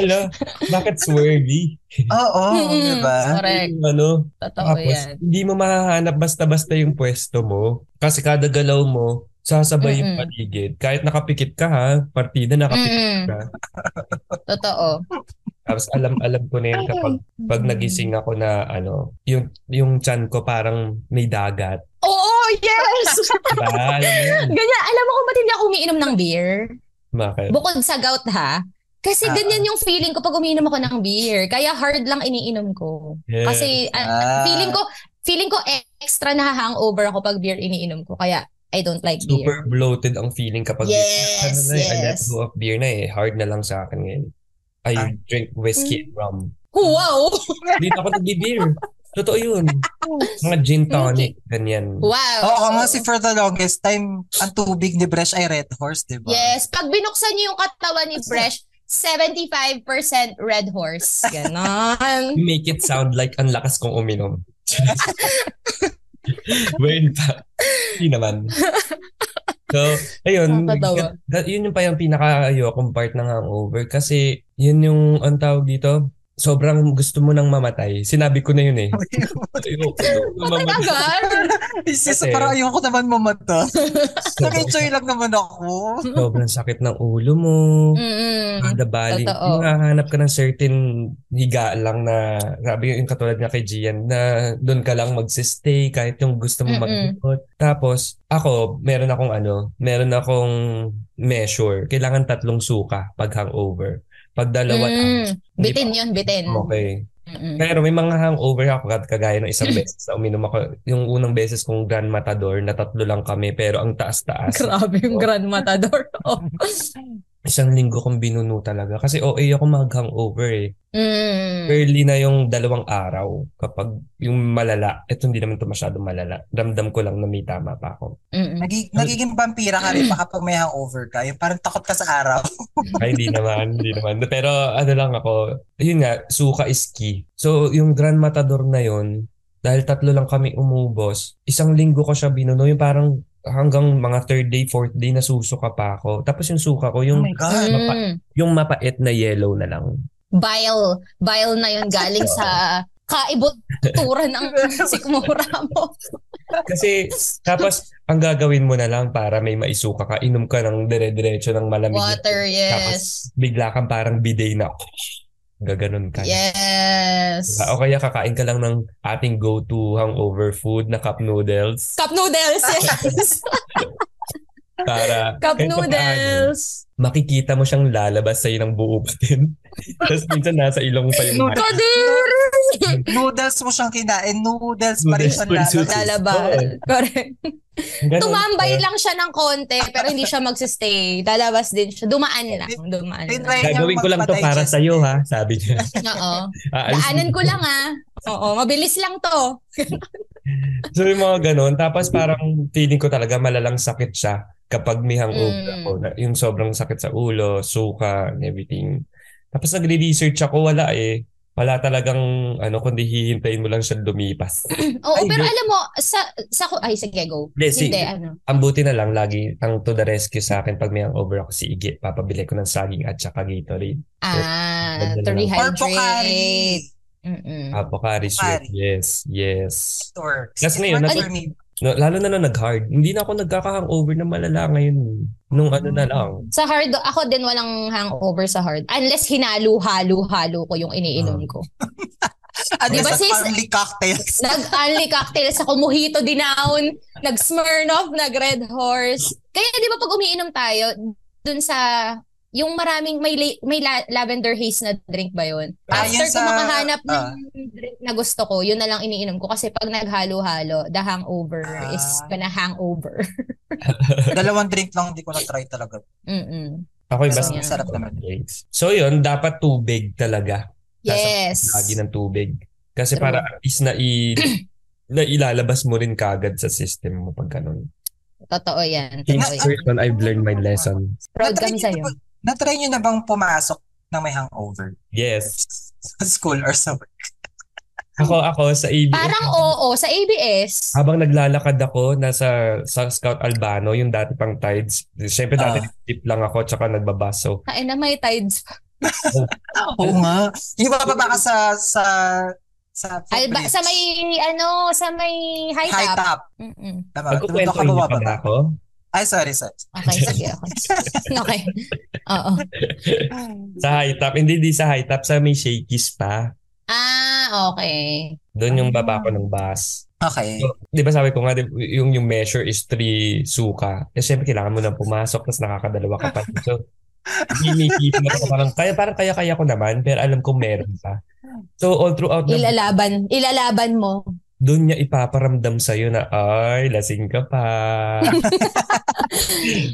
Speaker 2: Hello, bakit swervy?
Speaker 3: Oo,
Speaker 1: Mm-mm.
Speaker 3: di ba?
Speaker 1: Correct.
Speaker 2: Yung ano,
Speaker 1: Totoo
Speaker 2: tapos,
Speaker 1: yan.
Speaker 2: hindi mo mahahanap basta-basta yung pwesto mo. Kasi kada galaw mo, Sasabay yung
Speaker 1: Mm-mm.
Speaker 2: paligid. Kahit nakapikit ka ha, partida nakapikit
Speaker 1: Mm-mm.
Speaker 2: ka.
Speaker 1: Mm. Totoo.
Speaker 2: Tapos alam-alam ko na yan kapag pag nagising ako na ano, yung yung chan ko parang may dagat.
Speaker 1: Oo, yes!
Speaker 2: Diba? Alam mo yun?
Speaker 1: ganyan, alam mo kung ba't hindi ako umiinom ng beer?
Speaker 2: Bakit?
Speaker 1: Bukod sa gout ha? Kasi
Speaker 3: Ah.
Speaker 1: ganyan yung feeling ko pag umiinom ako ng beer. Kaya hard lang iniinom ko.
Speaker 2: Yeah.
Speaker 1: Kasi ah,
Speaker 3: Ah,
Speaker 1: feeling ko, feeling ko extra na hangover ako pag beer iniinom ko. Kaya I don't like beer.
Speaker 2: super bloated ang feeling kapag ano
Speaker 1: Yes,
Speaker 2: na, eh, I let
Speaker 1: yes.
Speaker 2: go of beer na eh. Hard na lang sa akin ngayon. I
Speaker 3: Ah.
Speaker 2: drink
Speaker 1: Hmm.
Speaker 2: whiskey and rum.
Speaker 1: Wow!
Speaker 2: Dito ako nagbi-beer. Totoo yun. Mga gin tonic, ganyan.
Speaker 1: Wow!
Speaker 3: Oo oh, nga, si for the longest time, ang tubig ni Bresh ay Red Horse, di ba?
Speaker 1: Yes, pag binuksan niyo yung katawan ni Fresh, 75% red horse. Ganon.
Speaker 2: You make it sound like ang lakas kong uminom. When pa, hindi naman. So, ayun.
Speaker 1: Nakakatawa.
Speaker 2: that- Yun yung pa yung pinaka-ayokong part ng hangover. Kasi, yun yung, ang tawag dito, sobrang gusto mo nang mamatay. Sinabi ko na yun eh. Ayoko na
Speaker 1: Patay
Speaker 2: mamatay.
Speaker 1: agad.
Speaker 3: Isis,
Speaker 2: Kasi-
Speaker 3: parang ayoko naman mamata. Nag-enjoy lang naman ako.
Speaker 2: Sobrang sakit ng ulo mo.
Speaker 1: Mm. Mm-mm.
Speaker 2: Kada bali.
Speaker 1: Mm-hmm. Totoo.
Speaker 2: Ah, Yung hahanap ka ng certain higa lang na, grabe yung katulad nga kay Gian, na doon ka lang magsistay kahit yung gusto mo
Speaker 1: Mm-mm.
Speaker 2: maglipot. Tapos, ako, meron akong ano, meron akong measure. Kailangan tatlong suka pag hangover. Pag dalawa lang,
Speaker 1: Mm.
Speaker 2: hindi
Speaker 1: Bitin
Speaker 2: pa-
Speaker 1: yun, bitin.
Speaker 2: Okay.
Speaker 1: Mm-mm.
Speaker 2: Pero may mga hangover ako kat- kagaya ng isang beses na uminom ako. Yung unang beses kong Grand Matador na tatlo lang kami pero ang taas-taas.
Speaker 1: Grabe yung Grand Matador. Oh.
Speaker 2: Isang linggo kong binuno talaga kasi OA ako mag-hangover eh.
Speaker 1: Mm.
Speaker 2: early na yung dalawang araw kapag yung malala, eto hindi naman to masyadong malala. Ramdam ko lang na may tama pa ako.
Speaker 1: Mm-mm.
Speaker 3: Nagig- nagiging vampira ka rin pa kapag may hangover ka. Yung parang takot ka sa araw.
Speaker 2: Ay, hindi naman, hindi naman. Pero ano lang ako, yun nga, suka is key. So, yung Grand Matador na yun, dahil tatlo lang kami umubos, isang linggo ko siya binuno, yung parang hanggang mga third day, fourth day, nasusuka pa ako. Tapos yung suka ko,
Speaker 3: Oh
Speaker 2: yung,
Speaker 3: my God.
Speaker 1: Mm.
Speaker 2: yung mapait na yellow na lang.
Speaker 1: Bile. Bile na yun galing sa kaibutura ng sikmura mo.
Speaker 2: Kasi tapos ang gagawin mo na lang para may maisuka ka, inom ka ng dire-diretso ng malamig. na
Speaker 1: Water, yes.
Speaker 2: bigla kang parang bidet na gaganon ka. na.
Speaker 1: Yes.
Speaker 2: O kaya kakain ka lang ng ating go-to hangover food na cup noodles
Speaker 1: Cup noodles, yes.
Speaker 2: para
Speaker 1: Cup
Speaker 2: kahit papaano,
Speaker 1: noodles.
Speaker 2: makikita mo siyang lalabas sa'yo ng buo pa din. Tapos minsan nasa ilong pa yung mic.
Speaker 1: Kadir!
Speaker 3: Noodles mo siyang kinain. Noodles pa rin
Speaker 2: Noodles pa rin siya.
Speaker 3: siyang lalabas.
Speaker 1: Lalabas. Correct.
Speaker 2: Ganon.
Speaker 1: Tumambay
Speaker 2: eh.
Speaker 1: lang siya ng konti pero hindi siya magsistay. Lalabas din siya. Dumaan lang. Dumaan lang.
Speaker 3: Tinry niya
Speaker 2: Gagawin ko lang to para
Speaker 3: magpa-digest.
Speaker 2: sa'yo ha, sabi niya.
Speaker 1: Oo.
Speaker 2: Aalis
Speaker 1: Daanan ko lang ah. Oo, mabilis lang to.
Speaker 2: So yung mga ganun, tapos parang feeling ko talaga malalang sakit siya kapag may hangover
Speaker 1: Mm.
Speaker 2: ako. Na- Yung sobrang sakit sa ulo, suka, and everything. Tapos nagre-research ako, wala eh. Wala talagang, ano, kundi hihintayin mo lang siya lumipas.
Speaker 1: Oo,
Speaker 2: Ay,
Speaker 1: pero
Speaker 2: di-
Speaker 1: alam mo, sa, sa, ay, sige, go.
Speaker 2: Hindi, si-
Speaker 1: Hindi, ano.
Speaker 2: Ang buti na lang, lagi ang to the rescue sa akin pag may hangover ako si Iggy. Papabili ko ng saging at saka Gatorade.
Speaker 1: Ah, to
Speaker 2: Or
Speaker 3: Or Pocari.
Speaker 1: rehydrate. Mm-mm.
Speaker 2: Apokari
Speaker 3: Pare.
Speaker 2: sweet. Yes, yes.
Speaker 3: It works.
Speaker 2: Kasi
Speaker 3: It
Speaker 2: ngayon,
Speaker 3: works
Speaker 2: natu-
Speaker 3: for me.
Speaker 2: No, lalo na na nag-hard. Hindi na ako nagkaka-hangover na malala ngayon. Nung ano na
Speaker 1: Mm.
Speaker 2: lang.
Speaker 1: Sa hard, ako din walang hangover sa hard. Unless hinalo-halo-halo ko yung iniinom ko.
Speaker 3: Ano
Speaker 1: Diba,
Speaker 3: ba
Speaker 1: sis?
Speaker 3: family cocktails?
Speaker 1: Nag-unli cocktails ako, mojito dinaon, nag-Smirnoff, nag-Red Horse. Kaya di ba pag umiinom tayo, dun sa, yung maraming, may, la- may la- lavender haze na drink ba yun?
Speaker 3: Ah,
Speaker 1: After
Speaker 3: yun
Speaker 1: ko
Speaker 3: sa-
Speaker 1: makahanap ng
Speaker 3: ah.
Speaker 1: drink na gusto ko, yun na lang iniinom ko. Kasi pag naghalo-halo, the hangover
Speaker 3: Ah.
Speaker 1: is gonna hangover.
Speaker 3: Dalawang drink lang, hindi ko na-try talaga.
Speaker 1: Mm-mm.
Speaker 2: Ako yung
Speaker 3: Pero
Speaker 2: basta
Speaker 1: Ganyan.
Speaker 3: sarap naman.
Speaker 2: Yes. So yun, dapat tubig talaga.
Speaker 1: Yes.
Speaker 2: Lagi ng tubig. Kasi
Speaker 1: True.
Speaker 2: para at least na, i- na ilalabas mo rin kagad sa system mo pag ganun.
Speaker 1: Totoo yan.
Speaker 2: In
Speaker 1: Totoo yan.
Speaker 2: person, I've learned my lesson.
Speaker 1: Proud
Speaker 3: Na-try
Speaker 1: kami
Speaker 3: niyo na
Speaker 1: sa'yo.
Speaker 3: ba- Na-try nyo na bang pumasok na may hangover?
Speaker 2: Yes.
Speaker 3: Sa school or sa work?
Speaker 2: Ako, ako sa ABS.
Speaker 1: Parang oo, sa ABS.
Speaker 2: Habang naglalakad ako, nasa sa Scout Albano, yung dati pang Tides. Siyempre dati
Speaker 3: Ah.
Speaker 2: tip lang ako, tsaka nagbabaso.
Speaker 1: Kain na may tides.
Speaker 3: Oo nga. Yung bababa ka sa... sa sa
Speaker 1: Alba,
Speaker 3: footbridge.
Speaker 1: sa may, ano, sa may high
Speaker 3: high
Speaker 1: top.
Speaker 3: top.
Speaker 1: Mm-mm.
Speaker 3: Tama. Tumutulog
Speaker 2: Pagkukwento
Speaker 3: ka
Speaker 2: niyo pa
Speaker 3: bababa.
Speaker 2: ba ako?
Speaker 3: Ay, sorry, sorry.
Speaker 1: Okay, sige. Okay. okay. Oo.
Speaker 2: Sa high top. Hindi, di sa high top. Sa may shakies pa.
Speaker 1: Ah, okay.
Speaker 2: Doon yung baba ko ng bus.
Speaker 3: Okay.
Speaker 2: So, di ba sabi ko nga, di- yung, yung measure is three suka. Eh, syempre, kailangan mo na pumasok, tapos nakakadalawa ka pa. So, hindi na ako parang, kaya, parang kaya-kaya ko naman, pero alam ko meron pa. So, all
Speaker 1: Ano?
Speaker 2: throughout the
Speaker 1: Ilalaban. Ilalaban mo.
Speaker 2: doon niya ipaparamdam sa'yo na, ay, lasing ka pa.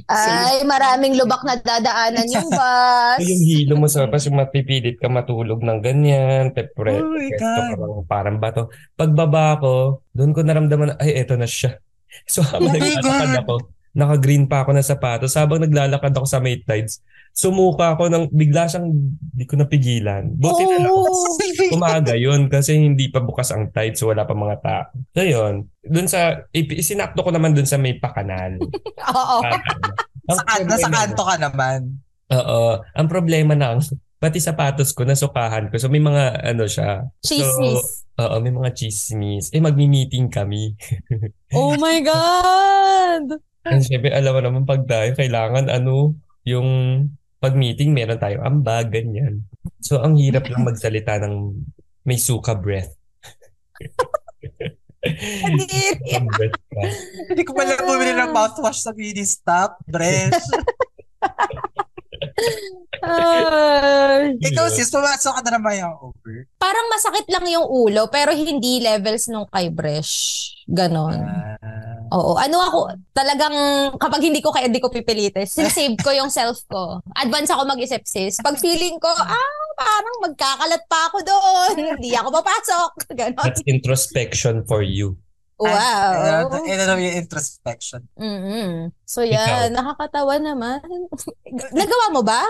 Speaker 1: Ay, maraming lubak na dadaanan yung bus.
Speaker 2: So, yung hilo mo sa tapos yung mapipilit ka matulog ng ganyan, pepre,
Speaker 3: Oh my
Speaker 2: pepre-
Speaker 3: God.
Speaker 2: parang, parang bato. Pagbaba ko, doon ko naramdaman na, ay, eto na siya. So habang
Speaker 3: Oh my
Speaker 2: naglalakad
Speaker 3: God.
Speaker 2: ako, naka-green pa ako ng sapatos, habang naglalakad ako sa may tides, sumuka ako ng, bigla siyang, di ko napigilan. Buti na lang,
Speaker 1: Oh,
Speaker 2: umaga yun kasi hindi pa bukas ang tides, wala pa mga tao. So yun, doon sa, ip- isinakto ko naman doon sa may pakanal.
Speaker 1: oo.
Speaker 2: Ang
Speaker 3: Sa, kan-
Speaker 2: problema
Speaker 3: nasa
Speaker 2: na-
Speaker 3: kanto ka naman.
Speaker 2: Oo. Ang problema na, pati sapatos ko, nasukahan ko. So may mga, ano siya,
Speaker 1: Chismis.
Speaker 2: oo, may mga chismis. Eh, magmi-meeting kami.
Speaker 1: Oh my God!
Speaker 2: And syempre, alam mo naman pag tayo, kailangan ano, yung pag-meeting, meron tayong ambag, ganyan. So, ang hirap lang magsalita ng may suka breath.
Speaker 1: Kadiri.
Speaker 2: Suka breath ka.
Speaker 3: Hindi ko pala bumili ng mouthwash sa mini stop, Bresh.
Speaker 1: Ay.
Speaker 3: Ikaw
Speaker 2: Yun.
Speaker 3: sis, pumasok ka na naman yung Uber.
Speaker 1: Parang masakit lang yung ulo pero hindi levels nung kay Bresh. Ganon.
Speaker 3: Ah.
Speaker 1: Oo. Ano ako, talagang kapag hindi ko kaya hindi ko pipilitin. Sinsave ko yung self ko. Advance ako mag-isip sis. Pag feeling ko, ah, parang magkakalat pa ako doon. hindi ako papasok. Ganon.
Speaker 2: That's introspection for you.
Speaker 3: Ah,
Speaker 1: Wow.
Speaker 3: Ito ito naman yung introspection.
Speaker 1: mm So yan, nakakatawa naman. Nagawa mo ba?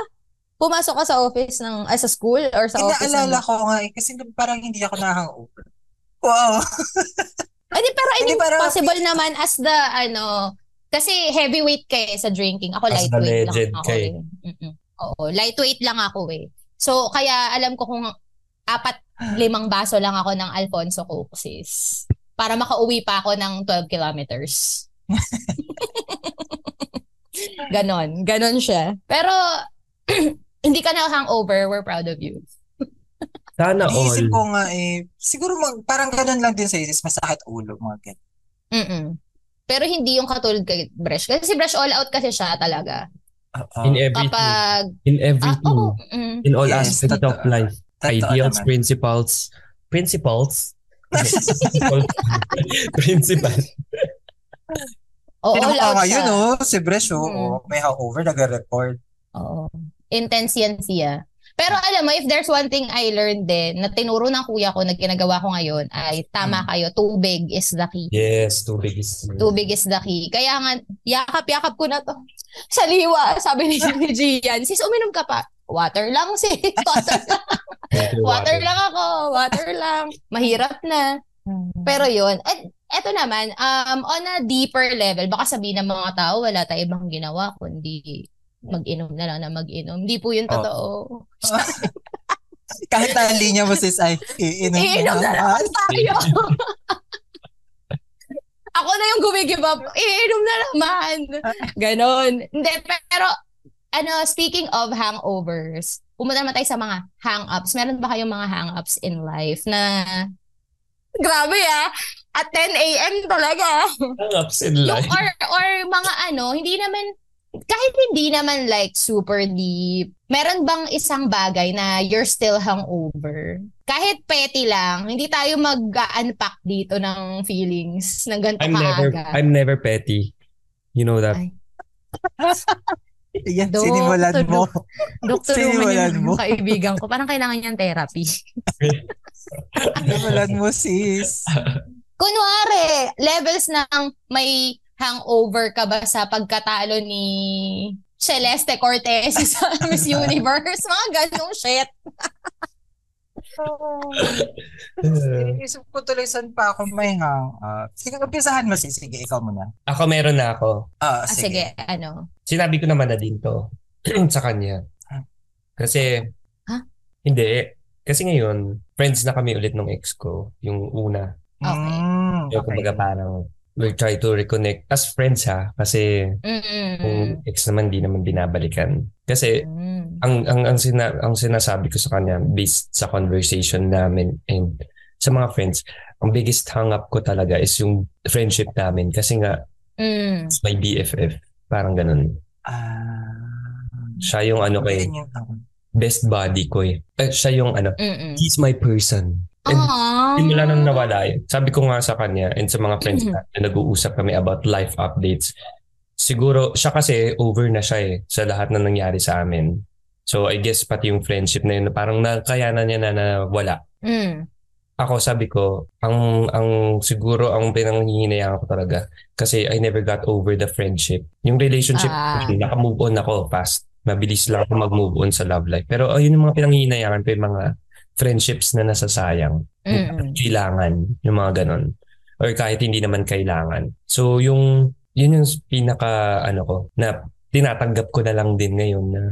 Speaker 1: Pumasok ka sa office ng, ay, sa school or sa office? ng-
Speaker 3: Inaalala ko nga eh, kasi parang hindi ako nakaka-Uber. Wow.
Speaker 1: Ay, di, pero I
Speaker 3: Hindi,
Speaker 1: mean,
Speaker 3: pero-
Speaker 1: possible naman as the, ano, kasi heavyweight kayo sa drinking. Ako,
Speaker 2: As the
Speaker 1: lightweight
Speaker 2: legend
Speaker 1: lang ako.
Speaker 2: kayo.
Speaker 1: Eh. Mm-mm. Oo, lightweight lang ako eh. So, kaya alam ko kung apat, limang baso lang ako ng Alfonso Coke, sis. Para makauwi pa ako ng 12 kilometers. ganon. Ganon siya. Pero, hindi ka na hangover. We're proud of you.
Speaker 2: Sana all.
Speaker 3: Iisip ko nga eh, siguro mag, parang ganun lang din sa isis, masakit ulo, mga ganun.
Speaker 1: Mm-mm. Pero hindi yung katulad kay Bresh. Kasi si Bresh all out kasi siya talaga.
Speaker 3: Oo.
Speaker 2: In everything.
Speaker 1: Kapag
Speaker 2: In
Speaker 1: Ah,
Speaker 2: everything.
Speaker 1: oo. Mm.
Speaker 2: In all
Speaker 3: Yes,
Speaker 2: aspects of
Speaker 3: totoo.
Speaker 2: life.
Speaker 3: Totoo
Speaker 2: ideals,
Speaker 3: naman.
Speaker 2: principles, principles, principles, principles.
Speaker 1: Oo, all out
Speaker 3: Pinakawa
Speaker 1: siya.
Speaker 3: yun, oh. Si Bresh, oo.
Speaker 1: Mm.
Speaker 3: May hangover, nag-record.
Speaker 1: Oo. Intense yan siya. Pero alam mo, if there's one thing I learned din, na tinuro ng kuya ko, na ginagawa ko ngayon, ay tama kayo, tubig is the key.
Speaker 2: Yes, two biggest.
Speaker 1: Tubig is the key. Kaya nga, yakap-yakap ko na to. Saliwa, sabi ni ni Gian. Sis, uminom ka pa. Water lang sis. Water,
Speaker 2: Water,
Speaker 1: water lang ako. Water lang. Mahirap na.
Speaker 3: Hmm.
Speaker 1: Pero yun, at eto naman, um, on a deeper level, baka sabihin ng mga tao, wala tayo ibang ginawa, kundi mag-inom na lang na mag-inom. Hindi po yun
Speaker 3: Oh.
Speaker 1: totoo.
Speaker 3: Kahit ang linya mo sis ay iinom
Speaker 1: Iinom na
Speaker 3: naman.
Speaker 1: Tayo! Ako na yung gumigive up. Iinom na naman. Ganon. Hindi, pero, ano, speaking of hangovers, pumunta naman tayo sa mga hang-ups. Meron ba kayong mga hang-ups in life na, grabe ah, at 10 a.m. talaga.
Speaker 2: Ang ups in
Speaker 1: Yung
Speaker 2: life.
Speaker 1: or or mga ano, hindi naman kahit hindi naman like super deep. Meron bang isang bagay na you're still hungover? Kahit petty lang, hindi tayo mag-unpack dito ng feelings ng ganito
Speaker 2: I'm never,
Speaker 1: kaaga.
Speaker 2: I'm never petty. You know that.
Speaker 1: Ay.
Speaker 3: Yan,
Speaker 1: Dok,
Speaker 3: sinimulan mo.
Speaker 1: Doktor
Speaker 3: Sinimulan
Speaker 1: Ruman
Speaker 3: mo.
Speaker 1: yung kaibigan ko. Parang kailangan niyang therapy.
Speaker 3: Sinimulan mo sis.
Speaker 1: Kunwari, levels ng may hangover ka ba sa pagkatalo ni Celeste Cortez sa Miss Universe? Mga ganong shit.
Speaker 2: Oh.
Speaker 3: Iniisip ko tuloy saan pa ako may hang. Uh, sige, umpisahan mo sis. Sige, ikaw muna.
Speaker 2: ako meron na ako.
Speaker 1: Ah,
Speaker 3: Ah,
Speaker 1: sige.
Speaker 3: sige.
Speaker 1: ano.
Speaker 2: Sinabi ko naman na din to sa kanya. Kasi,
Speaker 1: Ha?
Speaker 2: hindi. Kasi ngayon, friends na kami ulit nung ex ko, yung una.
Speaker 1: Okay.
Speaker 3: Mm,
Speaker 2: Yung kumbaga parang we try to reconnect as friends ha kasi
Speaker 1: Mm-mm.
Speaker 2: kung ex naman di naman binabalikan. Kasi
Speaker 1: Mm.
Speaker 2: ang ang ang, sina, ang sinasabi ko sa kanya based sa conversation namin and sa mga friends, ang biggest hang up ko talaga is yung friendship namin kasi nga
Speaker 1: Mm.
Speaker 2: it's my BFF, parang ganun.
Speaker 3: Ah.
Speaker 2: Siya yung ano ko eh,
Speaker 3: Ganyan ako.
Speaker 2: best buddy ko eh. Eh, siya yung ano,
Speaker 1: Mm-mm.
Speaker 2: he's my person. And
Speaker 1: Aww.
Speaker 2: Simula nang nawala yun. Sabi ko nga sa kanya and sa mga friends
Speaker 1: Mhm.
Speaker 2: natin, nag-uusap kami about life updates. Siguro, siya kasi over na siya eh sa lahat na nangyari sa amin. So I guess pati yung friendship na yun, parang nakayanan niya na nawala.
Speaker 1: Mm.
Speaker 2: Ako sabi ko, ang ang siguro ang pinanghihinayang ko talaga kasi I never got over the friendship. Yung relationship,
Speaker 1: Ah.
Speaker 2: naka-move on ako fast. Mabilis lang ako mag-move on sa love life. Pero ayun yung mga pinanghihinayangan ko yung mga friendships na nasasayang
Speaker 1: Mm-mm.
Speaker 2: kailangan, yung mga ganon. Or kahit hindi naman kailangan. So yung, yun yung pinaka, ano ko, na tinatanggap ko na lang din ngayon na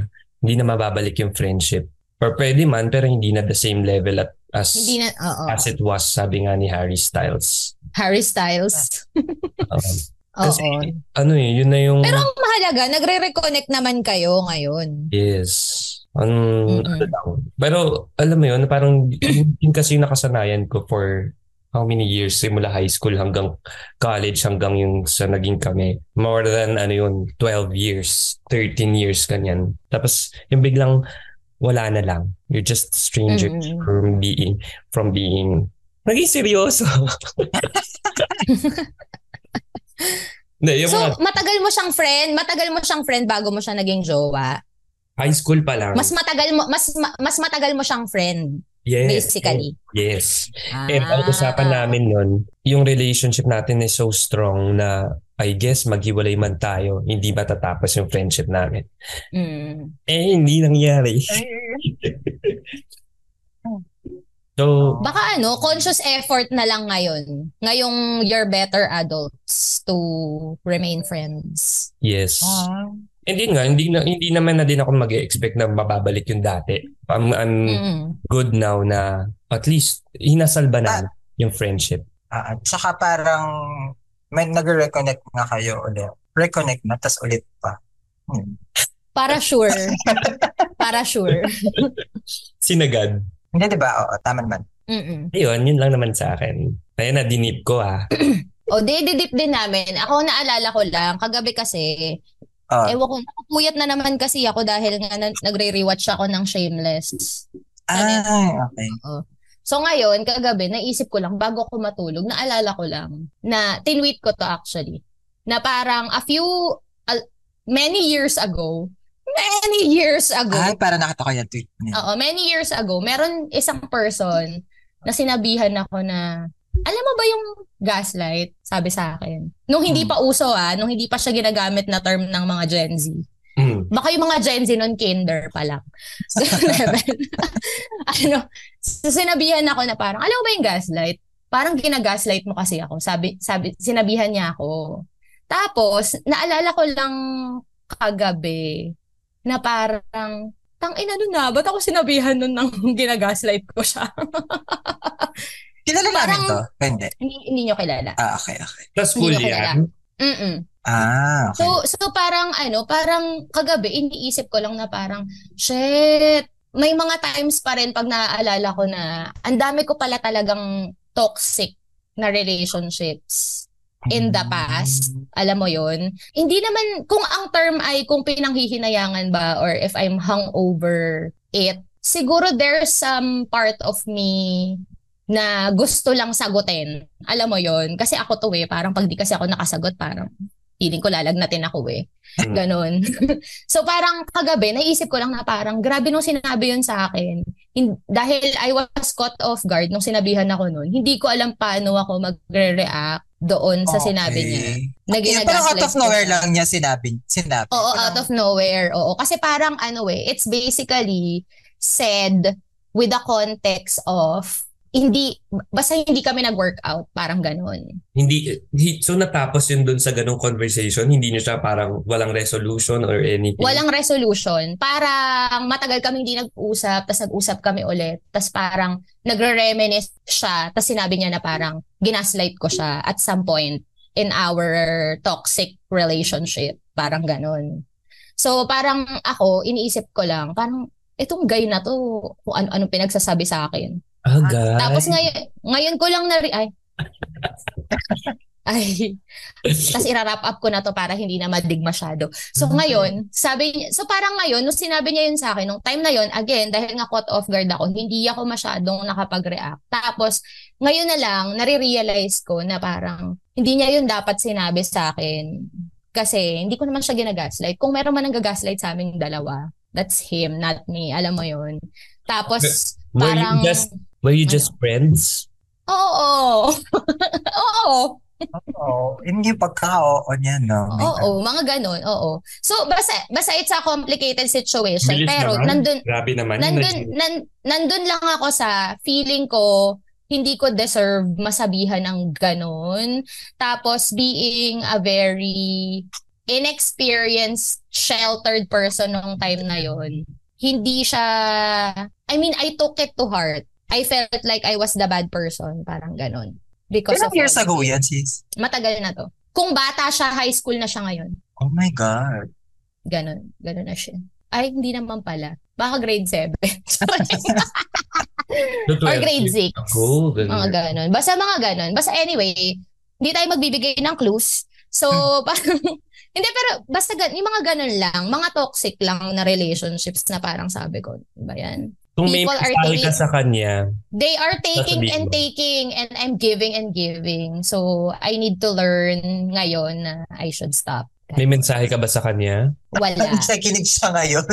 Speaker 2: hindi na mababalik yung friendship. Or pwede man, pero hindi na the same level at, as,
Speaker 1: Hindi na, oo.
Speaker 2: as it was, sabi nga ni Harry Styles.
Speaker 1: Harry Styles.
Speaker 2: Um,
Speaker 1: Oo.
Speaker 2: kasi, ano eh, yun na yung,
Speaker 1: Pero ang mahalaga, nagre-reconnect naman kayo ngayon.
Speaker 2: yes. Ang,
Speaker 1: Mm-mm.
Speaker 2: ano lang. Pero, alam mo yun, parang, yun yun kasi yung nakasanayan ko for how many years simula high school hanggang college hanggang yung sa naging kami more than ano yun 12 years 13 years ganyan tapos yung biglang wala na lang you're just strangers
Speaker 1: Mm-mm.
Speaker 2: from being from being naging seryoso Hindi, yung
Speaker 1: So,
Speaker 2: mga
Speaker 1: matagal mo siyang friend, matagal mo siyang friend bago mo siya naging jowa.
Speaker 2: high school pa lang
Speaker 1: Mas matagal mo mas ma- mas matagal mo siyang friend
Speaker 2: yes,
Speaker 1: basically.
Speaker 2: yes
Speaker 1: Ah.
Speaker 2: And ang usapan Eh, namin nun, yung relationship natin is so strong na I guess maghiwalay man tayo, hindi matatapos yung friendship namin.
Speaker 1: Mm.
Speaker 2: Eh, hindi nangyari. So,
Speaker 1: Baka ano, conscious effort na lang ngayon. Ngayong you're better adults to remain friends.
Speaker 2: yes.
Speaker 3: Ah.
Speaker 2: And yun nga, hindi, na, hindi naman na din ako mag expect na mababalik yung dati. I'm, I'm
Speaker 1: Mm.
Speaker 2: good now na at least hinasalba na yung friendship.
Speaker 3: Ah, at saka parang may nag-reconnect na kayo ulit. Reconnect na, tas ulit pa. Hmm.
Speaker 1: Para sure. Para sure.
Speaker 2: Sinagad.
Speaker 3: Hindi, di ba? Oo, tama naman.
Speaker 1: Mm.
Speaker 2: Ayun, yun lang naman sa akin. Ayun na, dinip ko ah.
Speaker 1: O, dididip din namin. Ako naalala ko lang, kagabi kasi,
Speaker 2: Ah.
Speaker 3: Oo.
Speaker 1: ewan ko, nakapuyat na naman kasi ako dahil nga na, nagre-rewatch ako ng Shameless.
Speaker 3: Ay, Ah, okay.
Speaker 1: So ngayon, kagabi, naisip ko lang, bago ako matulog, naalala ko lang na, tinweet ko to actually, na parang a few, al- many years ago, many years ago,
Speaker 3: Ay, para nakita ko yung tweet niya.
Speaker 1: Oo, many years ago, meron isang person na sinabihan ako na, alam mo ba yung gaslight? Sabi sa akin. Nung hindi
Speaker 3: Hmm.
Speaker 1: pa uso ah, nung hindi pa siya ginagamit na term ng mga Gen Z.
Speaker 2: Mm.
Speaker 1: Baka yung mga Gen Z nun kinder pa lang. So, level. ano, so sinabihan ako na parang, alam mo ba yung gaslight? Parang ginagaslight mo kasi ako. Sabi, sabi, sinabihan niya ako. Tapos, naalala ko lang kagabi na parang, tang ina nun na, ba't ako sinabihan nun ng ginagaslight ko siya?
Speaker 3: Kilala namin
Speaker 1: parang-
Speaker 3: to. Hindi.
Speaker 1: hindi, hindi niyo kilala.
Speaker 3: Ah, okay, okay.
Speaker 2: Plus school
Speaker 1: Hindi ako
Speaker 2: yan.
Speaker 1: Mm-mm.
Speaker 3: Ah, okay.
Speaker 1: So, so parang ano, parang kagabi, iniisip ko lang na parang, shit, may mga times pa rin pag naaalala ko na ang dami ko pala talagang toxic na relationships in the past. Alam mo yon Hindi naman, kung ang term ay kung pinanghihinayangan ba or if I'm hungover it, siguro there's some part of me na gusto lang sagutin. Alam mo yon Kasi ako to eh, parang pag di kasi ako nakasagot, parang feeling ko lalagnatin ako eh.
Speaker 2: Mm.
Speaker 1: Ganon. so parang kagabi, naisip ko lang na parang grabe nung sinabi yun sa akin. Hin- dahil I was caught off guard nung sinabihan ako nun, hindi ko alam paano ako magre-react doon sa sinabi niya. Na
Speaker 3: Yeah, parang out
Speaker 1: ginagaslight
Speaker 3: of nowhere
Speaker 1: ko siya.
Speaker 3: lang niya sinabi. sinabi.
Speaker 1: Oo,
Speaker 3: Parang-
Speaker 1: out of nowhere. Oo, kasi parang ano eh, it's basically said with the context of hindi, basta hindi kami nag-workout, parang ganun.
Speaker 2: Hindi, he- so natapos yun dun sa ganong conversation, hindi niyo siya parang walang resolution or anything.
Speaker 1: Walang resolution. Parang matagal kami hindi nag-usap, tapos nag-usap kami ulit. Tapos parang nagre-reminisce siya, tapos sinabi niya na parang ginaslight ko siya at some point. in our toxic relationship. Parang ganun. So parang ako, iniisip ko lang, parang itong guy na to, kung ano-ano pinagsasabi sa akin.
Speaker 2: Ah, guy.
Speaker 1: Tapos ngayon, ngayon ko lang nari... Ay. ay. Tapos ira-wrap up ko na to para hindi na madig masyado. So ngayon, sabi niya, so parang ngayon, nung sinabi niya yun sa akin, nung time na yun, again, dahil nga caught off guard ako, hindi ako masyadong nakapag-react. Tapos, ngayon na lang, nare-realize ko na parang, hindi niya yun dapat sinabi sa akin. Kasi, hindi ko naman siya ginagaslight. Kung meron man ang gagaslight sa aming dalawa, that's him, not me. Alam mo yun. Tapos,
Speaker 2: Were you
Speaker 1: parang...
Speaker 2: just- Were you just friends?
Speaker 1: Oo. oo.
Speaker 3: Oo. Yun oh, yung pagkao niya, no? May
Speaker 1: Oo, mga ganun. Oo. So, basta, basta it's a complicated situation.
Speaker 2: Bilis
Speaker 1: pero,
Speaker 2: naman.
Speaker 1: nandun,
Speaker 2: Grabe
Speaker 3: Ano
Speaker 2: naman.
Speaker 1: nandun, nan, nandun lang ako sa feeling ko, hindi ko deserve masabihan ng ganun. Tapos, being a very inexperienced, sheltered person nung time na yon hindi siya, I mean, I took it to heart. I felt like I was the bad person. Parang ganun. Because
Speaker 3: Ilang
Speaker 1: of
Speaker 3: years
Speaker 1: all-
Speaker 3: ago yan, sis?
Speaker 1: Matagal na to. Kung bata siya, high school na siya ngayon.
Speaker 3: Oh my God.
Speaker 1: Ganon. Ganon na siya. Ay, hindi naman pala. Baka grade 7. or grade 6.
Speaker 2: Golden.
Speaker 1: Mga ganon. Basta mga ganon. Basta anyway, hindi tayo magbibigay ng clues. So, parang, hindi pero basta gan- yung mga ganon lang, mga toxic lang na relationships na parang sabi ko, ano ba yan?
Speaker 2: Kung may
Speaker 1: People are
Speaker 2: mensahe ka
Speaker 1: taking-
Speaker 2: sa kanya,
Speaker 1: They are taking
Speaker 2: Sasabihin
Speaker 1: and
Speaker 2: mo.
Speaker 1: taking and I'm giving and giving. So, I need to learn ngayon na I should stop.
Speaker 2: may mensahe ka ba sa kanya?
Speaker 1: Wala.
Speaker 3: Nagsakinig siya ngayon.